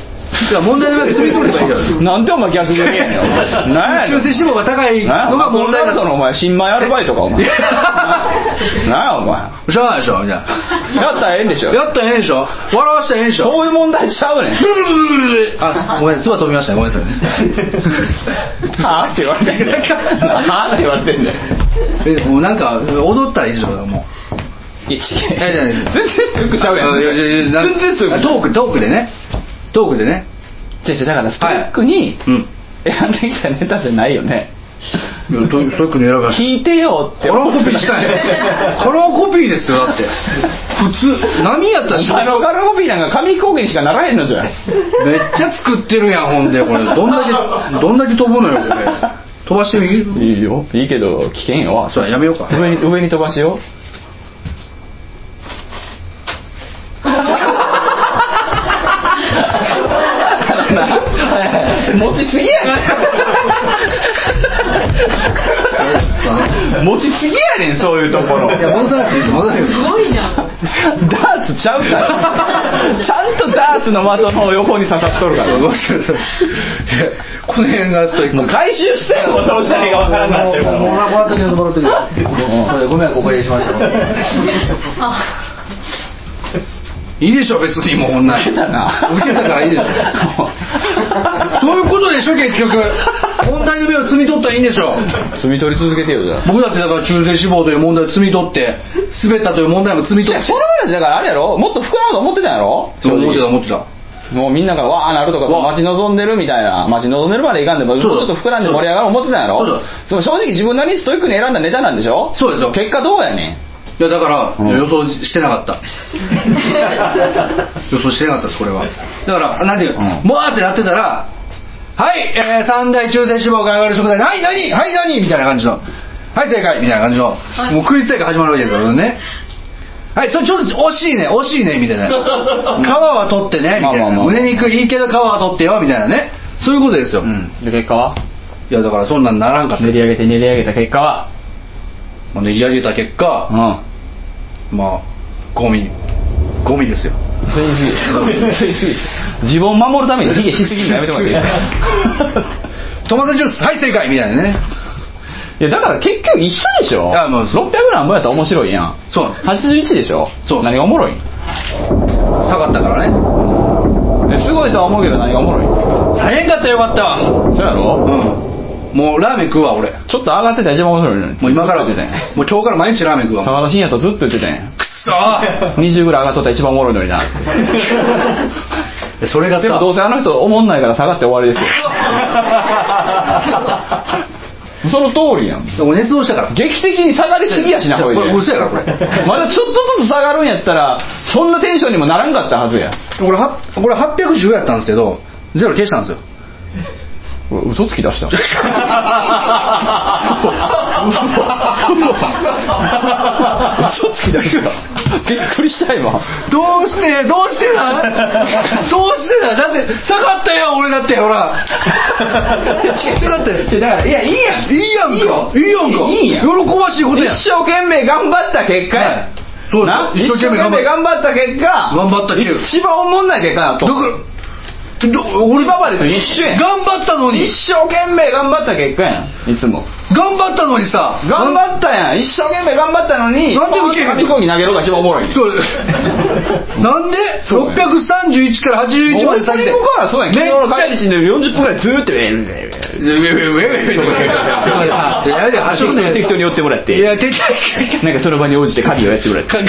S1: いや、問題なわけ滑ってるのがいいよ。
S2: なんでお前逆に言えん [laughs] のなんや
S1: 中性脂肪が高い
S2: なんや
S1: のが問題
S2: マ
S1: な
S2: クドナルドのお前新米アルバイトかお前 [laughs] なんやお前
S1: しゃあないでしょ、みたいな。
S2: やったらええんでしょ
S1: やったらええんでしょ笑わしたらええんでしょ
S2: そういう問題ちゃうねん
S1: あ、ごめん、唾飛びましたね。ごめんなさいね。
S2: はあって言われてんだよ [laughs] はあって言われてんだよ
S1: え、もうなんか、踊ったらいいでしょ、も
S2: いや違
S1: う。え、
S2: う全然ストイックちゃうやん
S1: あいやいやいやなん
S2: 全然ストイック
S1: トーク、トークでね。トークでね。
S2: 違う違うだからストイックに
S1: うん。
S2: 選んできたネタじゃないよね
S1: いやトトイックに選ばれた
S2: 聞いてよって
S1: カラーコピーしたいねカラーコピーですよだって普通何やったらし
S2: [laughs] あのガルコピーなんか紙飛行機にしかならへんのじゃん
S1: めっちゃ作ってるやんほんでこれどんだけどんだけ飛ぶのよこれ飛ばしてみる
S2: いいよいいけど危険よ
S1: そうやめようか
S2: 上に上に飛ばしよう持ちすぎやねん持ちすぎやねんそういうところ
S1: いや戻さなくていいです戻さなくていいです
S5: ごいじゃん。
S2: ダーツちゃうからちゃんとダーツの的の横に刺さっとるか
S1: そう
S2: ら
S1: どうしようそういやこの辺がストイック
S2: もう回収してよどうしたらいいかわからんくなってるか
S1: もうも
S2: ら
S1: らもらっときますもらっときますこれごめんおかけしましたいいでしょ別にもうこんなん
S2: ウケたな
S1: 受けたからいいでしょそういうことでしょ結局問題の目を摘み取ったらいいんでしょ
S2: 摘み取り続けてよじゃあ
S1: 僕だってだから中性脂肪という問題を摘み取って滑ったという問題も摘み
S2: い
S1: 取
S2: や
S1: っ
S2: そ
S1: て
S2: の話だからあれやろもっと膨らむと思ってたんやろ
S1: そう思ってた思ってた
S2: もうみんながわーなるとか
S1: わー
S2: 待ち望んでるみたいな待ち望んでるまでいかんでも
S1: そう
S2: もう
S1: だ
S2: ちょっと膨らんで盛り上がる思ってたんやろ
S1: そうだ
S2: その正直自分なりにストイックに選んだネタなんでしょ
S1: そうですよ
S2: 結果どうやねん
S1: いやだから、
S2: うん
S1: 予想してなか
S2: [laughs]
S1: った予想してなかったですこれはだから何ていう
S2: うん
S1: もわーってなってたら「はい、えー、三大中性脂肪が上がる食材はい何はい何?」みたいな感じの「はい正解」みたいな感じの、
S5: い
S1: もうクイズ大会始まるわけですよねはいそれちょっと惜しいね惜しいねみ
S2: [laughs]
S1: たいな皮は取ってねみたいな、
S2: まあまあまあ
S1: 胸肉いいけど皮は取ってよみたいなねそういうことですよ、
S2: で結果はい
S1: やだからそんなんならんかった
S2: 練り上げて練り上げた結果は
S1: まあ練り上げた結果、
S2: うん
S1: まあゴミゴミですよ
S2: 吸いすぎ自分を守るためにヒゲしすぎるのやめてもらっていい
S1: [laughs] トマトジュースはい正解みたいなね
S2: いやだから結局一緒でしょ
S1: いやもうそう
S2: 600g もやったら面白いやん
S1: そう
S2: 81でしょ
S1: そう
S2: 何がおもろいん
S1: 下がったからね
S2: えすごいとは思うけど何がおもろいん
S1: 大変かったよかったわ
S2: そうやろ、
S1: うんもうラーメン食うわ俺
S2: ちょっと上がってたら一番面白いのに
S1: もう今から
S2: ずっと言ってたんや
S1: もう今日から毎日ラーメン食うわ
S2: 沢田信也とずっと言ってたん
S1: [laughs]
S2: や
S1: くっそー
S2: 20ぐらい上がっとったら一番おもろいのにな
S1: それが
S2: でも
S1: さ
S2: どうせあの人おもんないから下がって終わりです
S1: [laughs]
S2: よその通りやん
S1: 俺熱望したから
S2: 劇的に下がりすぎやしな
S1: こ
S2: ほい
S1: れ
S2: で
S1: 嘘やからこれ
S2: まだちょっとずつ下がるんやったらそんなテンションにもならんかったはずや
S1: これはこれ810やったんですけどゼロ消したんですよ
S2: 嘘つき出した嘘つき出したびっくりした今
S1: どうしてどうしてなどうしてなだって下がったよ俺だってほら下がったよ
S2: 違うだからいやいいやん
S1: いいやんかいいやんか
S2: いいやん
S1: 喜ばしいことやん
S2: 一生懸命頑張った結果
S1: は
S2: や
S1: いそうです
S2: な
S1: 一
S2: 一
S1: 生懸
S2: 生懸
S1: 命
S2: 命
S1: 頑張っ
S2: 頑張った結果
S1: 頑張ったけど
S2: 一番おもんない結果だと
S1: だからど俺
S2: 今までと一緒やん
S1: 頑張ったのに
S2: 一生懸命頑張った結果やんいつも
S1: 頑張ったのにさ
S2: 頑張ったやん一生懸命頑張ったのに
S1: なんで受けへんの
S2: [laughs] 紙飛行機投げろが一番おもろいん
S1: そうなんで
S2: そうね
S1: ?631 から81まで詐欺で。
S2: 僕はそうやん。
S1: めっ
S2: 昨
S1: ち
S2: 日の
S1: ゃ
S2: 帰り道で40分ぐ [laughs] らいずーっと、えーえーえ
S1: いやいやいやいやいやいやいやいやいやいやいやいや
S2: ー
S1: いや
S2: 適当に寄ってもらっ
S1: い
S2: て、
S1: や、適当
S2: なんかその場に応じて神をやってもらって。
S1: に。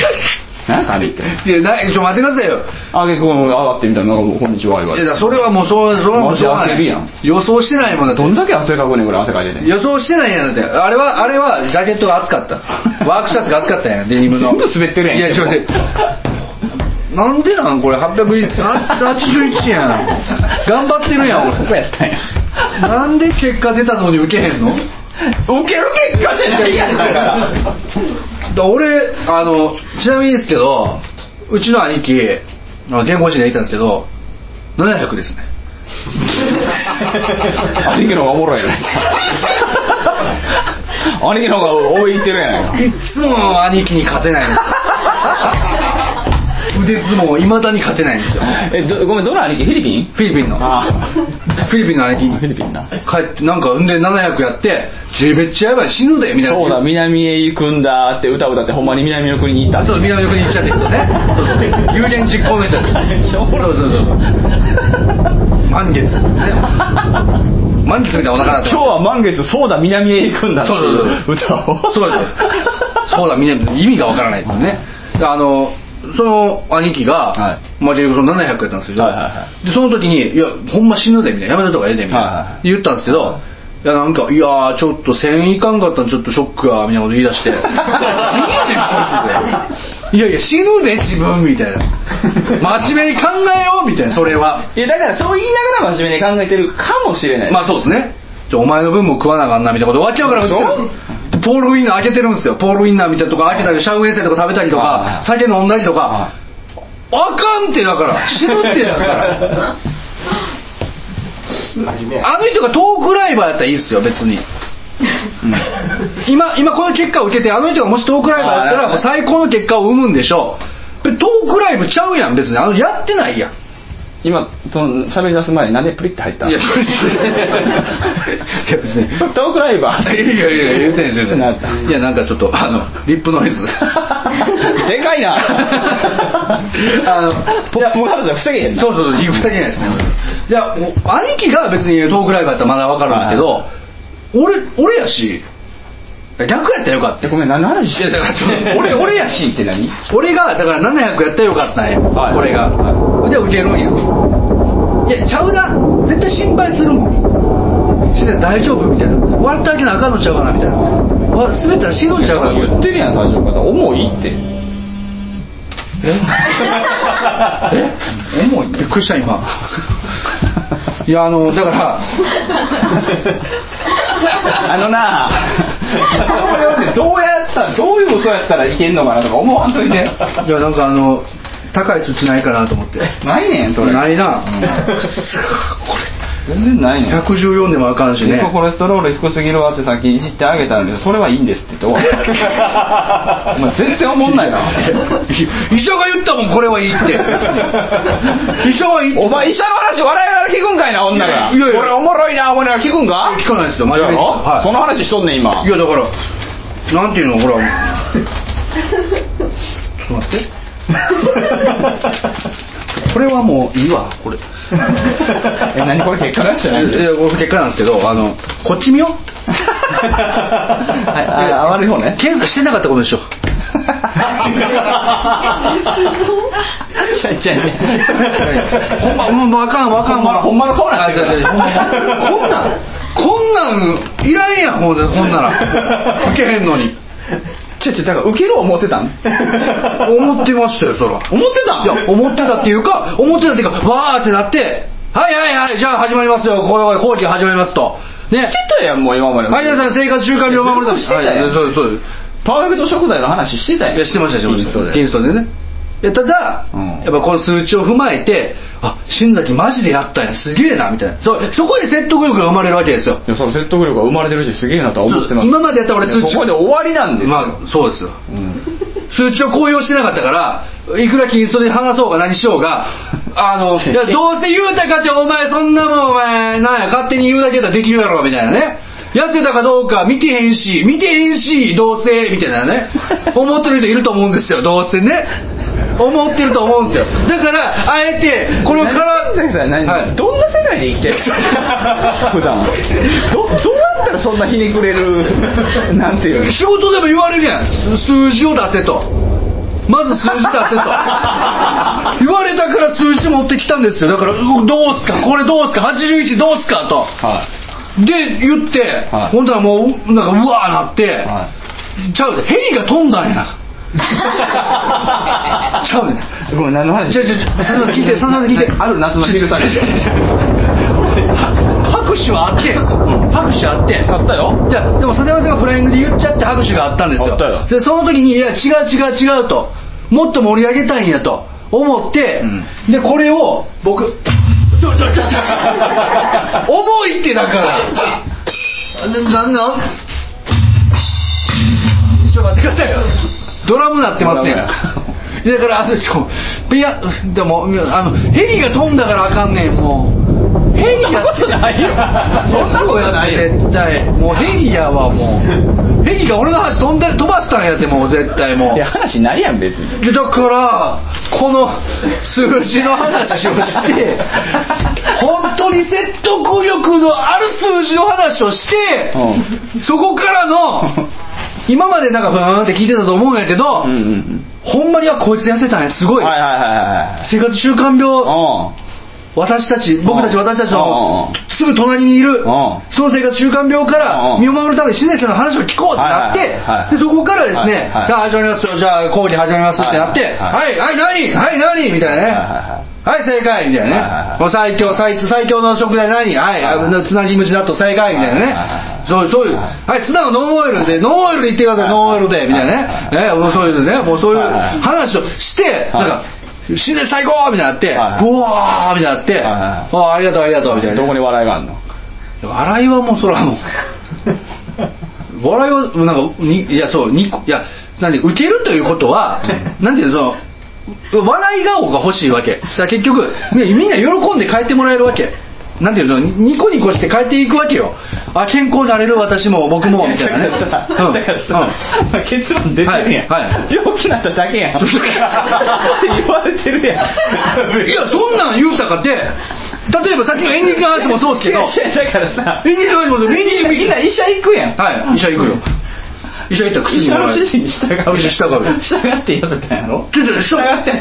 S2: な神って。
S1: いや、な、ちょっと待ってくださいよ。
S2: あげくん、あわってみたいな、なんかこんにちは、言わ
S1: い
S2: れ
S1: や、だ
S2: て。
S1: からそれはもう、そう、それはもうしょうがな
S2: マジ焦るやん
S1: い。予想してないもんだって
S2: どんだけ汗かくねん、これ汗かいてて。
S1: 予想してないやんだってあれはあれはジャケットが厚かったワークシャツが厚かったやんデニムの
S2: 全部滑ってるやん
S1: いやちょっと待ってなんでなんこれ881やん頑張ってるやん
S2: ここ
S1: 俺
S2: やったんや。
S1: [laughs] なんで結果出たのに受けへんの
S2: 受ける結果じゃないやん、だから。
S1: だ俺あのちなみにですけどうちの兄貴あの健康診断行ったんですけど700ですね
S2: 兄貴の方がおもろいやないか。兄貴の方が多いってるやないか。
S1: いっつも兄貴に勝てないんです [laughs] よ腕相撲いまだに勝てないんですよ
S2: [laughs] え、どごめん、どの兄貴フィリピン
S1: フィリピンの
S2: あ
S1: フィリピンの兄貴
S2: あ、フィリピンな。
S1: 帰ってなんかんで700やって「ジェベッチやばい死ぬで」みたいな
S2: そうだ、南へ行くんだって歌歌って、ほんまに南の国に行った。
S1: そう南の国に行っちゃってるんですよねそうそう有言実行のやつですそうそうそうそう [laughs] 満月ね満月みたいなお腹だった
S2: 今日は満月、そうだ、南へ行くんだって
S1: そう
S2: いう
S1: そう
S2: 歌を。
S1: そうですそうだみんな意味がわからないですねであのその兄貴が、
S2: は
S1: まあ、結局その700やったんですけど、
S2: はいはいは
S1: でその時に「いやほんま死ぬで」みたいな「やめたとかええで」みたいな、
S2: はいはいはい
S1: 言ったんですけど、いやなんか「いやーちょっと1000いかんかったんちょっとショックや」みたいなこと言い出
S2: [laughs]
S1: して「いやねんこいつで」いやいや死ぬで自分」みたいな「真面目に考えよう」みたいなそれはい
S2: や、だからそう [laughs] 言いながら真面目に考えてるかもしれな
S1: [laughs]
S2: い。
S1: まあそうですね。ちょお前の分も食わなあかんなみたいなことわけわからんことポールウィンナー開けてるんですよ。ポールウィンナーみたいなとか開けたり、シャウエッセンとか食べたりと
S2: は
S1: か、酒飲んだりとか。あかんってだから、死ぬってだから。
S2: [laughs]
S4: 真面目や
S1: あの人がトークライバーやったらいいっすよ、別に。今、今この結果を受けて、あの人がもしトークライバーやった
S2: あーなる
S1: ら、
S2: ほどね
S1: もう最高の結果を生むんでしょう。でトークライブちゃうやん、別に。あの、やってないやん。
S2: 今、その、喋り出す前になんでプリって入った
S1: いや、別に。
S2: トークライバ
S1: [laughs] いや
S2: ー。
S1: いやいや言ってない言ってな
S2: なった
S1: いいやなんかちょっとあのリップノ
S2: [laughs]
S1: イズ
S2: でかいな
S1: [laughs] あの
S2: ポップガールじゃ防げへんな
S1: そうそうそうリップだけじゃないですねいやお兄貴が別にトークライブやったらまだわかるんですけど俺俺やし逆やったらよかった
S2: えごめん、何の話してんの
S1: いやだから
S2: [laughs] 俺、俺やしって何
S1: 俺がだから700やったらよかったんや、
S2: はい
S1: 俺が、
S2: は
S1: で受けるんやいやちゃうな絶対心配するもんして大丈夫みたいな笑ってあげなあかんのちゃうかなみたいなわ滑ったら死ぬんちゃうかな
S2: 言ってるやん、最初から。重いって。
S1: え重いびっくりした今いやあのだから
S2: あのなこれをねどうやったら、どういう嘘やったらいけんのかなとか思わんといて。
S1: いやなんかあの高い数値ないかなと思って
S2: ないねん、それ。
S1: ないな、
S2: 全然ないねん。
S1: 114でもあかんしね
S2: 結構コレステロール低すぎるわってさっきいじってあげたんですそれはいいんですって言って終わったお前全然思んない [laughs] な
S1: [laughs] 医者が言ったもんこれはいいって医者はいいって
S2: お前医者の話笑いながら聞くんかいな女
S1: い
S2: が
S1: やいやいや
S2: 俺おもろいな思いながら聞くんか
S1: 聞かないですよ真
S2: そ
S1: 面目に
S2: うやろ
S1: はい
S2: その話しとんねん今
S1: いやだからなんていうのほらちょっと待って [laughs] これはもういいわこ [laughs] れい
S2: [laughs] え何これ結果出してない
S1: やこれ結果なんですけどあのこっち見よ
S2: ああ悪い方ね
S1: 検査してなかったことでしょ
S2: [laughs] ちゃいちゃいね
S1: ほんまほんまあかんわかん
S2: ほんまのほんまの顔なん
S1: あ
S2: です
S1: 違う
S2: よ
S1: 違うほんまこんなんこんなんいらんやんほんなこんな [laughs] ら受けへんのに
S2: ちょちょだからウケる思ってたん思って
S1: 思ってましたよそら
S2: たん
S1: いや思ってたっていうか思ってたっていうかわーってなってはいはいはいじゃあ始まりますよこれ講義が始まりますとね
S2: してたやんもう今まで
S1: はい皆さん生活習慣病を守るため
S2: してたやん
S1: はいそうですそうです
S2: パーフェクト食材の話してたやん
S1: いやしてましたしてました
S2: 金
S1: テ
S2: スト
S1: ィ
S2: で
S1: ンストンでねいやただ、
S2: うん
S1: やっぱこの数値を踏まえてあ新崎マジでやったんやすげえなみたいなそうそこで説得力が生まれるわけですよ
S2: いやその説得力が生まれてるしすげえなとは思ってます
S1: 今までやったら俺数値
S2: いやここで終わりなんですよ、
S1: まあそうですよ
S2: うん
S1: 数値を公表してなかったからいくらキリストで話そうが何しようがあ
S2: [laughs]
S1: のいやどうせ言うたかってお前そんなもんお前なんや勝手に言うだけだったらできるやろみたいなね痩せたかどうか見てへんし見てへんしどうせみたいなね思ってる人いると思うんですよどうせね思ってると思うんですよだからあえてこのから
S2: 何さん何
S1: はい
S2: どんな世代で生きてる
S1: [laughs]
S2: の普段どどうやったらそんなひねくれるなんていうの
S1: 仕事でも言われるやんす数字を出せとまず数字出 [laughs] せと言われたから数字持ってきたんですよだからうどうすかこれどうすか81どうすかと
S2: は
S1: で言って、
S2: はい
S1: ほんとはもうなんかうわーなって、
S2: いは
S1: ちゃうでヘリが飛んだん [laughs] やちゃうね
S2: いごめん何の話
S1: ちょちょちょ佐々木 [laughs] 聞いて佐々木聞いて
S2: ある夏の昼下がり
S1: ちょちょちょちょ拍手はあって拍手はあって
S2: あったよ
S1: いやでも佐々山さんがフライングで言っちゃって拍手があったんですよ
S2: あったよ
S1: でその時にいや違う違う違うともっと盛り上げたいんやと思って、でこれを僕重いってだからななんなんちょっと待ってくださいよドラムなってますねだからあのちょピアでもあのヘリが飛んだからあかんねんもうヘリやって
S2: そんなことないよ
S1: そんなことないよ絶対もうヘリやわも
S2: [laughs]
S1: うヘリが俺の話飛んだ飛ばしたんやってもう絶対もう
S2: いや話ないやん別に
S1: でだからこの数字の話を
S2: [laughs]
S1: して本当に説得力のある数字の話をして、
S2: う
S1: そこからの今までなんかふーんって聞いてたと思うんやけど、
S2: うんうん
S1: ほんまにはこいつ痩せたんやす
S2: う
S1: ご
S2: ん
S1: い、
S2: はいはいはいはい
S1: 生活習慣病
S2: うん
S1: 私たち僕たち
S2: うん
S1: 私たち
S2: う
S1: の
S2: ん
S1: すぐ隣にいる
S2: うん
S1: その生活習慣病か
S2: う
S1: ら
S2: ん
S1: 身を守るために自然者の話を聞こうってなって、
S2: はいはいはい
S1: でそこからですね、
S2: はいはい
S1: じゃあ始まりますよじゃあ講義始まりますってなって、は
S2: はい
S1: はい、何はい何みたいなね、
S2: はいは
S1: はい、正解みたい
S2: はいはい
S1: な
S2: は
S1: ね。
S2: い
S1: もう最強、最最強の食材何はい、あつなぎ口だと正解みたい
S2: はいはい
S1: な
S2: は
S1: ね。そう、そういう、
S2: はい
S1: はい、ツナはノンオイルで、ノンオイルで言ってください、
S2: はい
S1: ノンオイルで、みたいなね。え、もうそういうね、もうそういう
S2: はいはい
S1: 話をして、
S2: はい
S1: なんか、自然最高みたいになって、う
S2: はいはい
S1: わーみたいになって、
S2: いはい
S1: あありがとうありがとうみたい
S2: どこ
S1: な。
S2: に笑いがあんの
S1: 笑いはもうそら
S2: [laughs]
S1: もう。笑いはなんかにいやそうにいやなんで受けるということ
S2: [laughs]
S1: はなんていうのその笑い顔が欲しいわけだから結局、ね、みんな喜んで帰ってもらえるわけなんていうのニコニコして帰っていくわけよあ健康になれる私も僕もみたい
S2: [laughs]
S1: なね
S2: だからさだからさまあ結論出てるやん
S1: はいはい
S2: 病気なっただけやんって言われてるやん
S1: うんいやそんなん言うたかって例えばさっきの演劇の話もそうですけど
S2: いやだからさ
S1: 演劇の話もそう演劇
S2: みんな医者行くやん
S1: はい医者行くよ医者行ったら薬
S2: 医
S1: も
S2: 者
S1: ら
S2: の
S1: える
S2: 指示に従う
S1: 医者
S2: [laughs]
S1: 従う
S2: 従って痩せたんやろ
S1: ちょっと
S2: 従って下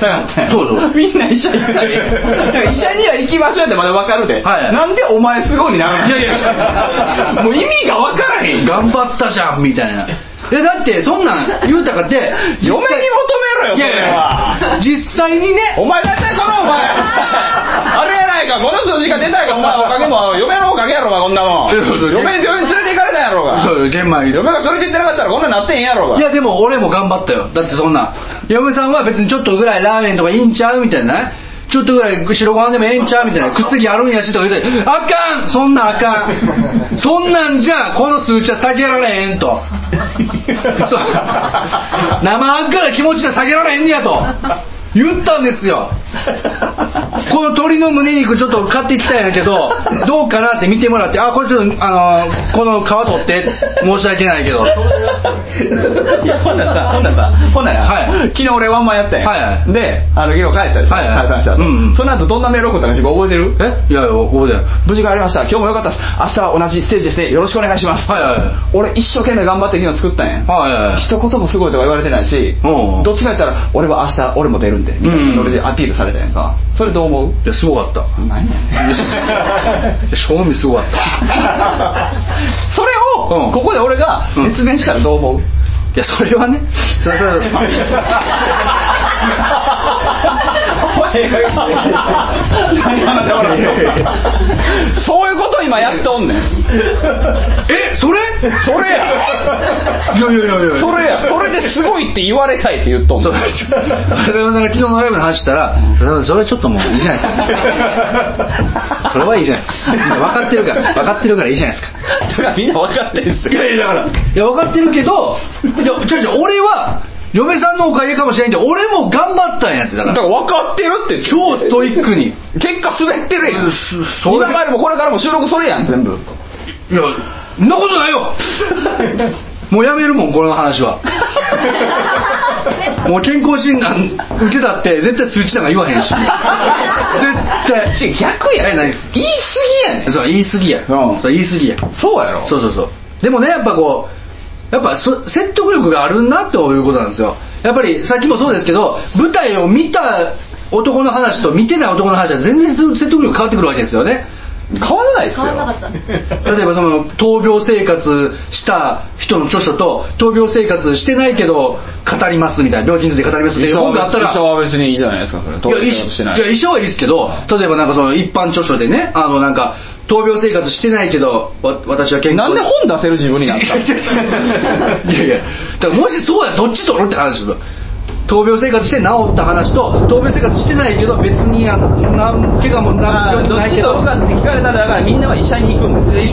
S2: がったんや
S1: そうそう
S2: みんな医者行くだけやんだから医者には行きましょうってまだ分かるで、
S1: はい
S2: なんでお前すごいにならない
S1: いやいや
S2: もう意味が分からへん
S1: 頑張ったじゃんみたいなえだってそんなん言うたかって
S2: [laughs] 嫁に求めろよ
S1: い
S2: それ
S1: やいや
S2: は
S1: 実際にね
S2: お前だってこのお前あれやないかこの数字が出たんやからお前おかげも嫁のおかげやろうがこんなもん
S1: いやそうそう
S2: 嫁に病院連れて行かれたんやろうが
S1: そう玄米
S2: 嫁が連れて行ってなかったらこんなんなってへんやろうが
S1: いやでも俺も頑張ったよだってそんな嫁さんは別にちょっとぐらいラーメンとかいいんちゃうみたいなねちょっとぐらい白ご飯でもええんちゃうみたいなくっつきあるんやしとか言うてあかんそんなんあかんそんなんじゃこの数値は下げられへんとそう生あっから気持ちは下げられへんねやと言ったんですよこの鶏の胸肉ちょっと買ってきたんやけどどうかなって見てもらってあこれちょっとあのこの皮取って申し訳ないけど
S2: いやほんならさほんならさほんなら、
S1: はい
S2: 昨日俺ワンマンやったんや、
S1: はいはい
S2: であの昨日帰ったでしょ、
S1: はいはい
S2: 解散した後、
S1: うんうん
S2: その後どんなメール送ったか自分覚えてる
S1: えいやいや覚えてない
S2: 無事帰りました今日もよかったです明日は同じステージですねよろしくお願いします、
S1: はいはいはい
S2: 俺一生懸命頑張って昨日作ったんや、
S1: はいはいはい
S2: 一言もすごいとか言われてないし、
S1: うん
S2: どっちかやったら俺は明日俺も出るんでみたいなノリでアピールされたやんかそれどう思う
S1: いやすごかった
S2: 何やねん
S1: 賞味すごかった
S2: それ
S1: うん
S2: をここで俺が説明したらどう思う、
S1: いやそれはねそれはそれ
S2: そういうこと今やっておんねん
S1: えそれ
S2: それや
S1: いやいやいやいや
S2: それやそれですごいって言われたいって言っとんね
S1: そ
S2: ん
S1: う笹山さんが昨日のライブの話したらそれはちょっともういいじゃない
S2: [laughs]
S1: ですかそれはいいじゃないですかみんな分かってるから分かってるからいいじゃないですか
S2: だからみんな分かってんすよ
S1: いやだからいや分かってるけどいやちょいちょい俺は嫁さんのおかげかもしれんけど俺も頑張ったんやってだか
S2: だからら分かってるって
S1: 超ストイックに
S2: 結果滑ってるやん
S1: うんそそれ
S2: 今までもこれからも収録それやん全部
S1: いや
S2: [laughs]
S1: そんなことないよもうやめるもんこの話はもう健康診断受けたって絶対数値なんか言わ
S2: [laughs]
S1: へんし絶対
S2: 違う逆や
S1: え
S2: ね
S1: ないです
S2: 言い過ぎやねん
S1: そう言い過ぎや、
S2: うん
S1: そう言い過ぎや
S2: そうやろ
S1: そうそうそうでもねやっぱこうやっぱそ説得力があるなということなんですよやっぱりさっきもそうですけど舞台を見た男の話と見てない男の話は全然説得力変わってくるわけですよね
S2: 変わらないですよ
S5: 変わらなかった
S1: [laughs] 例えばその闘病生活した人の著書と闘病生活してないけど語りますみたいな病気について語りますっていう本があったら
S2: 医者は別にいいじゃないですかそれ
S1: いや、医
S2: 投資してな
S1: い
S2: い
S1: や医者はいいですけど、例えばなんかその一般著書でね、あのなんか、闘病生活してないけど、わ私は健
S2: な
S1: 康
S2: んで本出せる自分 [laughs] になったの
S1: いやいや、だからもしそうやどっち取るって話ですよ。闘病生活して治った話と、闘病生活してないけど、別にあのなん怪我も
S2: ま
S1: な
S2: あ
S1: ん
S2: ど
S1: な
S2: っ
S1: いけ
S2: ちと
S1: ど
S2: か。って聞かれたらだからみんなは医者に行くんですよ
S1: 医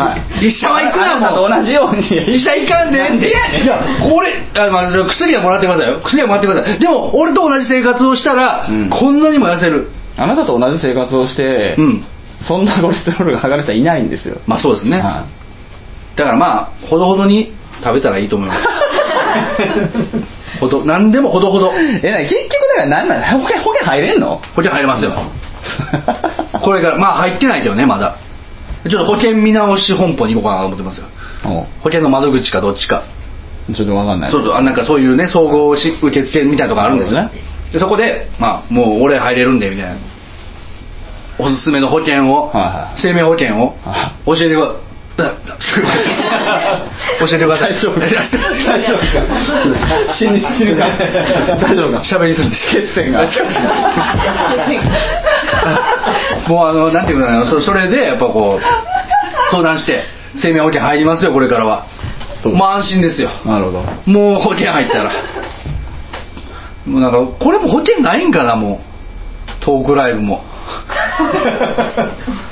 S1: 者
S2: [laughs] はい
S1: 医者は行くな
S2: あなた
S1: も
S2: と
S1: う
S2: 同じように
S1: 医者行かんでええって
S2: なんでやねん
S1: いやこれあ、まあ、薬はもらってくださいよ薬はもらってくださいでも俺と同じ生活をしたら、
S2: うん
S1: こんなにも痩せる
S2: あなたと同じ生活をして、
S1: うん
S2: そんなコレステロールが剥がれた人はいないんですよ、
S1: まあそうですね、
S2: は
S1: だからまあほどほどに食べたらいいと思います
S2: [laughs]
S1: ほど何でもほどほど
S2: い、えなに結局だから何なの保険保険入れんの [laughs]
S1: これ入りますよこれからまあ入ってないけどねまだちょっと保険見直し本舗に行こうかなと思ってますよ
S2: お
S1: 保険の窓口かどっちか
S2: ちょっとわかんない
S1: そうそうあなんかそういうね総合し受付みたいなとこあるんですよ
S2: なる
S1: ねでそこで、まあ、もう俺入れるんでみたいなおすすめの保険を、
S2: はいはい
S1: 生命保険を
S2: は
S1: 教えてくだ
S2: [laughs]
S1: 教えてください
S2: 大
S1: [laughs]
S2: 丈夫か大丈 [laughs] 夫か死に死ぬか大丈夫か
S1: 喋りすぎです
S2: 血栓が
S1: もうあのなんていうのかなそそれでやっぱこう相談して生命保険入りますよこれからは
S2: そう
S1: もう安心ですよ
S2: なるほど
S1: もう保険入ったらもうなんかこれも保険ないんかなもうトークライブ [laughs] も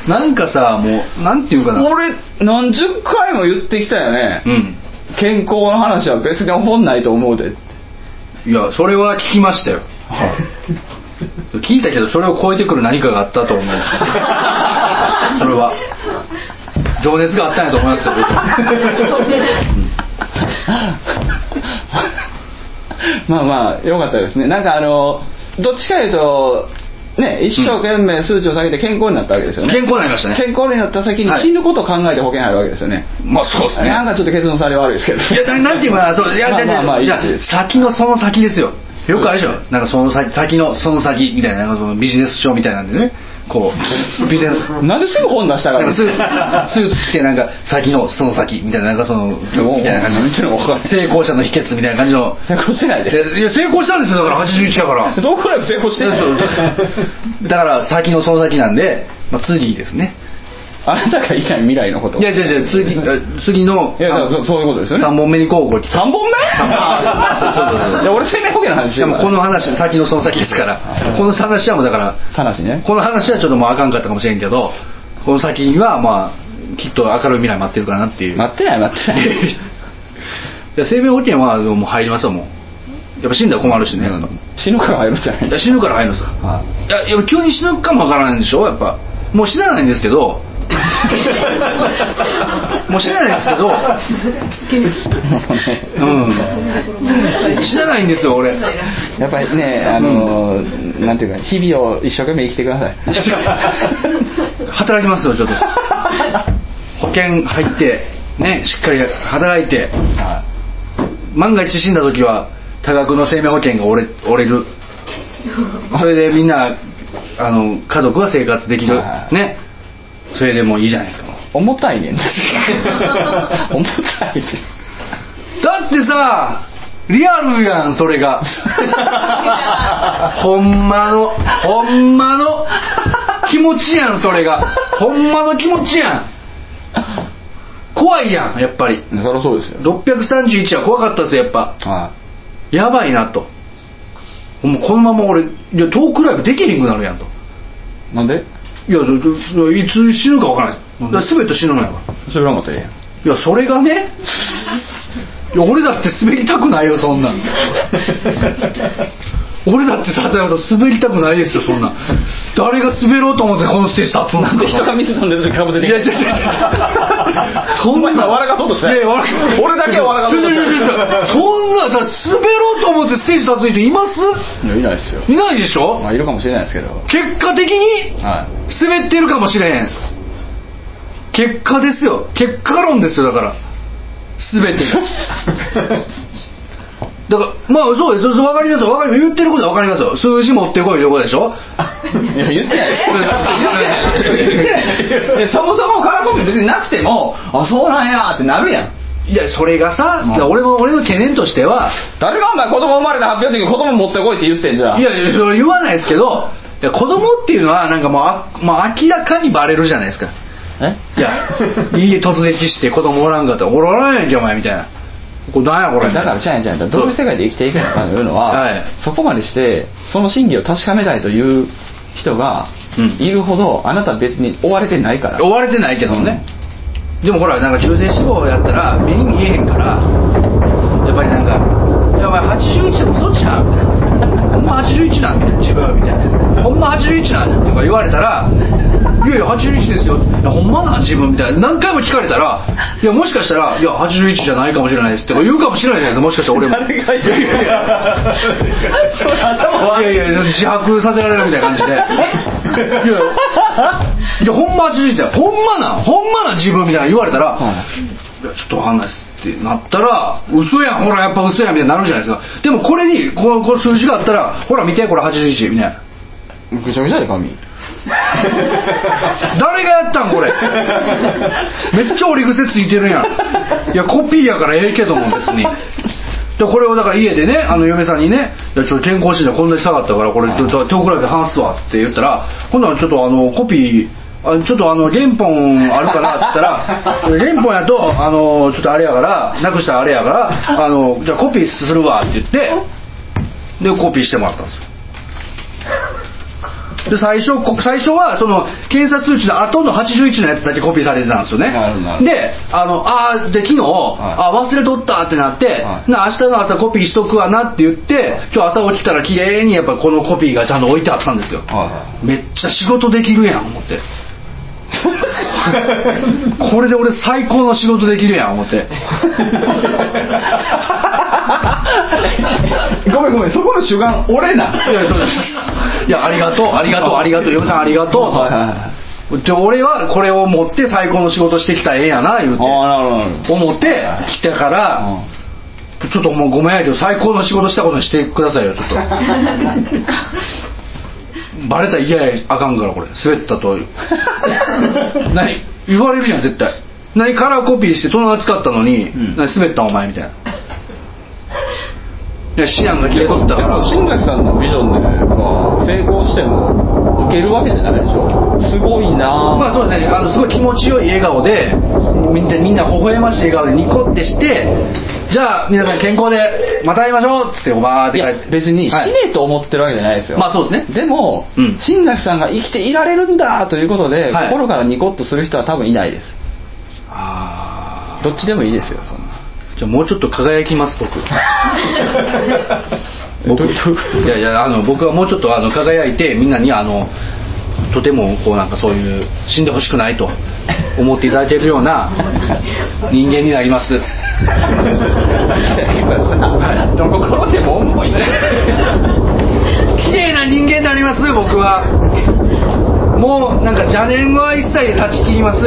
S1: なんかさもうなんていうかな
S2: 俺何十回も言ってきたよね、
S1: うん
S2: 健康の話は別に思んないと思うで
S1: いやそれは聞きましたよ聞いたけどそれを超えてくる何かがあったと思
S2: [laughs]
S1: うそれは情熱があったんやと思いますよ
S2: まあまあよかったですねなんかあのどっちかいうとね一生懸命数値を下げて健康になったわけですよね
S1: 健康になりましたね
S2: 健康になった先に
S1: はい
S2: 死ぬことを考えて保険入るわけですよね、
S1: まあそうですね
S2: なんかちょっと結論され悪いですけど
S1: いやななんていうかなそういや
S2: まあ
S1: じゃ
S2: まあまあいい
S1: じゃ
S2: です
S1: 先のその先ですよよくあるでしょなんかその先先のその先みたいななんかそのビジネス書みたいなんでねこうビジネス
S2: なんですぐ本出したか
S1: なん
S2: ら
S1: かスーツスーツ着てなんか先のその先みたいななんかそのみた
S2: もう
S1: いな
S2: 何言ってんのか分かん
S1: 感じ成
S2: ない
S1: 功者の秘訣みたいな感じの
S2: 成功してないで
S1: いや成功したんですよだから81だから
S2: [laughs] どこらも成功してない
S1: そうだから先のその先なんで、まあ、次ですね
S2: あなたが言いたい未来のこと
S1: いやいやいや次あ次の
S2: いやだからそそういうことですよね
S1: 3本目に交互期
S2: 3本目
S1: そうそうそう
S2: いや俺生命保険の話し
S1: してか
S2: る
S1: もこの話先のその先ですからこの話はもうだから
S2: 話ね
S1: この話はちょっともうあかんかったかもしれんけどこの先はまあきっと明るい未来待ってるかな
S2: [laughs]
S1: っていう、
S2: 待ってない待って [laughs] ない
S1: いや生命保険はもう入りますわもうやっぱ死んだら困るしね、
S2: 死ぬから入るじゃない
S1: いや死ぬから入るんですよいやいや急に死ぬかもわからないんでしょやっぱもう死なないんですけ
S2: [laughs]
S1: どもう死なないんですけど
S2: もうね [laughs]
S1: うん死なないんですよ俺
S2: やっぱりねあのーなんていうか日々を一生懸命生きてください
S1: 働きますよちょっと保険入ってねしっかり働いて万が一死んだ時は多額の生命保険が折れ折れるそれでみんなあの家族は生活できる
S2: はい
S1: ねそれでもういいじゃないですか
S2: 重たいねん [laughs] 重たいね
S1: だってさリアルやんそれがほんまのほんまの気持ちやんそれがほんまの気持ちやん怖いやんやっぱり
S2: そりゃそうですよ
S1: 631は怖かったですよやっぱ
S2: は
S1: やばいなともうこのまま俺いやトークライブできへんくなるやんと
S2: いなんで
S1: いやどどいつ死ぬか分からないだから全て死ぬのやから
S2: それはまたええやん
S1: いやそれがねいや俺だって滑りたくないよそんなん俺だって笹山さん滑りたくないですよそんな誰が滑ろうと思ってこのステージ立つんだ
S2: で人がミスさんでそれかぶせて
S1: いやいやいやいやそんな
S2: 今笑かそうとしてない
S1: いや笑か
S2: 俺だけは笑かそうとしてない
S1: いやいやいやいやそんなさ滑ろうと思ってステージ立つ人います
S2: いやいないですよ
S1: いないでしょ
S2: まあいるかもしれないですけど
S1: 結果的に
S2: は
S1: 滑ってるかもしれへん結果ですよ結果論ですよだから全てがだからまあそうですそう分かりますよ分かります言ってることは分かりますよ数字持ってこいということでしょ
S2: いいや言って [laughs] ないです言ってないいやそもそもカラコン別になくてもあそうなんやってなるやん
S1: いやそれがさ、だから俺も俺の懸念としては
S2: 誰がお前子供生まれた発表の時に子供持ってこいって言ってんじゃん
S1: いやいやそれ言わないですけどいや子供っていうのはなんかもうあ、まあ、明らかにバレるじゃないですか
S2: え
S1: いやいい突撃して子供おらんかったらおらんやんけお前みたいなこれなんやこれみた
S2: だ
S1: いな
S2: からじゃあじゃあじゃあどういう世界で生きていくのかというのは、
S1: はい
S2: そこまでしてその真偽を確かめたいという人が
S1: うん
S2: いるほど、あなたは別に追われてないから
S1: 追われてないけどもね、でもほらなんか中性脂肪やったら目に見えへんからやっぱりなんか「いやお前81でもそっちゃう」みたいな「ほんま81なん」みたいな「自分」みたいな「ほんま81なん」とか言われたら「いやいや81ですよ」いや「ほんまなん自分」みたいな何回も聞かれたら「いやもしかしたらいや81じゃないかもしれないです」とか言うかもしれないじゃないですかもしかしたら俺も
S2: 誰が言う
S1: いやい [laughs] や
S2: それ頭悪い
S1: いやいや自白させられるみたいな感じでいやいやいやほんま味付いてほんまなんほんまなん自分みたいな言われたら、いやちょっとわかんないですってなったら嘘やんほらやっぱ嘘やんみたいになるじゃないですかでもこれにこうこう数字があったらほら見てこれ81みたいな
S2: [laughs] ぐちゃぐちゃで髪
S1: 誰がやったんこれめっちゃ折り癖ついてるやんいやコピーやからええけども別にでこれをだから家でねあの嫁さんにね「いやちょっと健康診断こんなに下がったからこれちょっと手遅れで話すわ」っつって言ったら「今度はちょっとあのコピーあちょっとあの原本あるかな」って言ったら「原本やとあのちょっとあれやからなくしたらあれやからあのじゃあコピーするわ」って言ってでコピーしてもらったんですよで最初こ最初はその検査数値の後の81のやつだけコピーされてたんですよね
S2: なるほどなるほど
S1: であのあーで昨日、あ忘れとったってなって、
S2: はい
S1: な明日の朝コピーしとくわなって言って今日朝起きたら綺麗にやっぱこのコピーがちゃんと置いてあったんですよ、
S2: は
S1: めっちゃ仕事できるやん思
S2: [laughs]
S1: ってこれで俺最高の仕事できるやん思って
S2: ごめんごめんそこの主眼俺ない
S1: やそうですいやありがとうありがとうありがとう嫁さんありがとうと、
S2: はいはいはい
S1: で俺はこれを持って最高の仕事してきたらええやな言うて
S2: ああなるほど
S1: 思って来たから、ちょっともうごめんやけど最高の仕事したことにしてくださいよちょっ
S2: [laughs]
S1: とバレたら嫌やあかんからこれ滑った
S2: [laughs]
S1: と何言われるやん絶対何カラーコピーして友達買ったのに、
S2: ん
S1: 何滑ったんお前みたいないやシアンが消えとったから
S2: 新垣さんのビジョンで成功しても受けるわけじゃないでしょすごいな
S1: まあそうですね、あのすごい気持ちよい笑顔でみんなみんな微笑ましい笑顔でニコってしてじゃあ皆さん健康でまた会いましょうっつってバーっ
S2: い
S1: て帰
S2: や
S1: って
S2: 別に死
S1: はい
S2: ねと思ってるわけじゃないですよ、
S1: まあそうですね
S2: でも、
S1: うん
S2: 新垣さんが生きていられるんだということで、
S1: はい
S2: 心からニコッとする人は多分いないです
S1: あ
S2: どっちでもいいですよそん
S1: ー
S2: な
S1: じゃあもうちょっと輝き
S2: [laughs]
S1: ます僕僕いやいやあの僕はもうちょっとあの輝いてみんなにあのとてもこうなんかそういう死んでほしくないと思っていただけるような人間になります
S2: [laughs] どこからでも重い [laughs] ね
S1: 綺麗な人間になります僕はもうなんか邪念は一切断ち切ります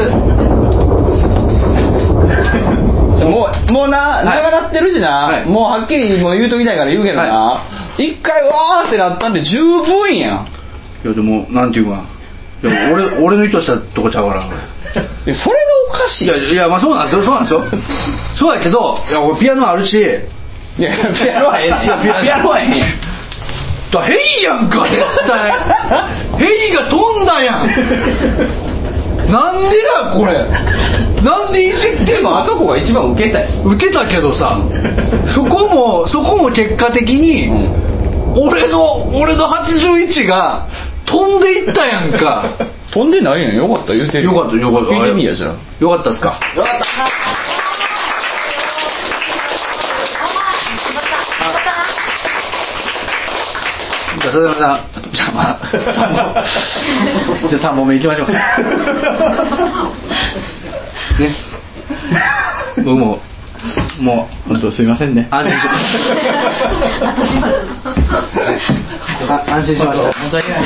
S2: もうもう
S1: は
S2: な
S1: い
S2: 長なってるしな、
S1: はい
S2: もうはっきりもう言うときないから言うけどな、一回わーってなったんで十分やん
S1: いやでもなんていうかいや俺 [laughs] 俺の意図したとこちゃうから俺
S2: いやそれがおかしい
S1: いやいやまあそうなんですよそうなんですよそうやけどいや俺ピアノあるし
S2: いやピアノはええねん
S1: いやピア
S2: ピアノはええねん
S1: だヘイやんか絶対ヘイが飛んだやんなんでやこれなんでいじって
S2: で
S1: ん
S2: もあ
S1: の
S2: そこが一番ウケたやつ
S1: 受けたけどさそこもそこも結果的に、俺の俺の81が飛んでいったやん
S2: [laughs]
S1: か
S2: 飛んでないやんよかった言うてる
S1: よかったよかった
S2: 聞いてみやじゃあ
S1: よかったっすか
S2: よかった
S5: またまた
S1: 笹山さんじゃあまあ3本じゃあ3本目いきましょうね僕ももう
S2: 本当すいませんね
S1: 安心し
S5: 私まで
S2: [laughs]
S1: あ安心しました
S2: 申し訳ない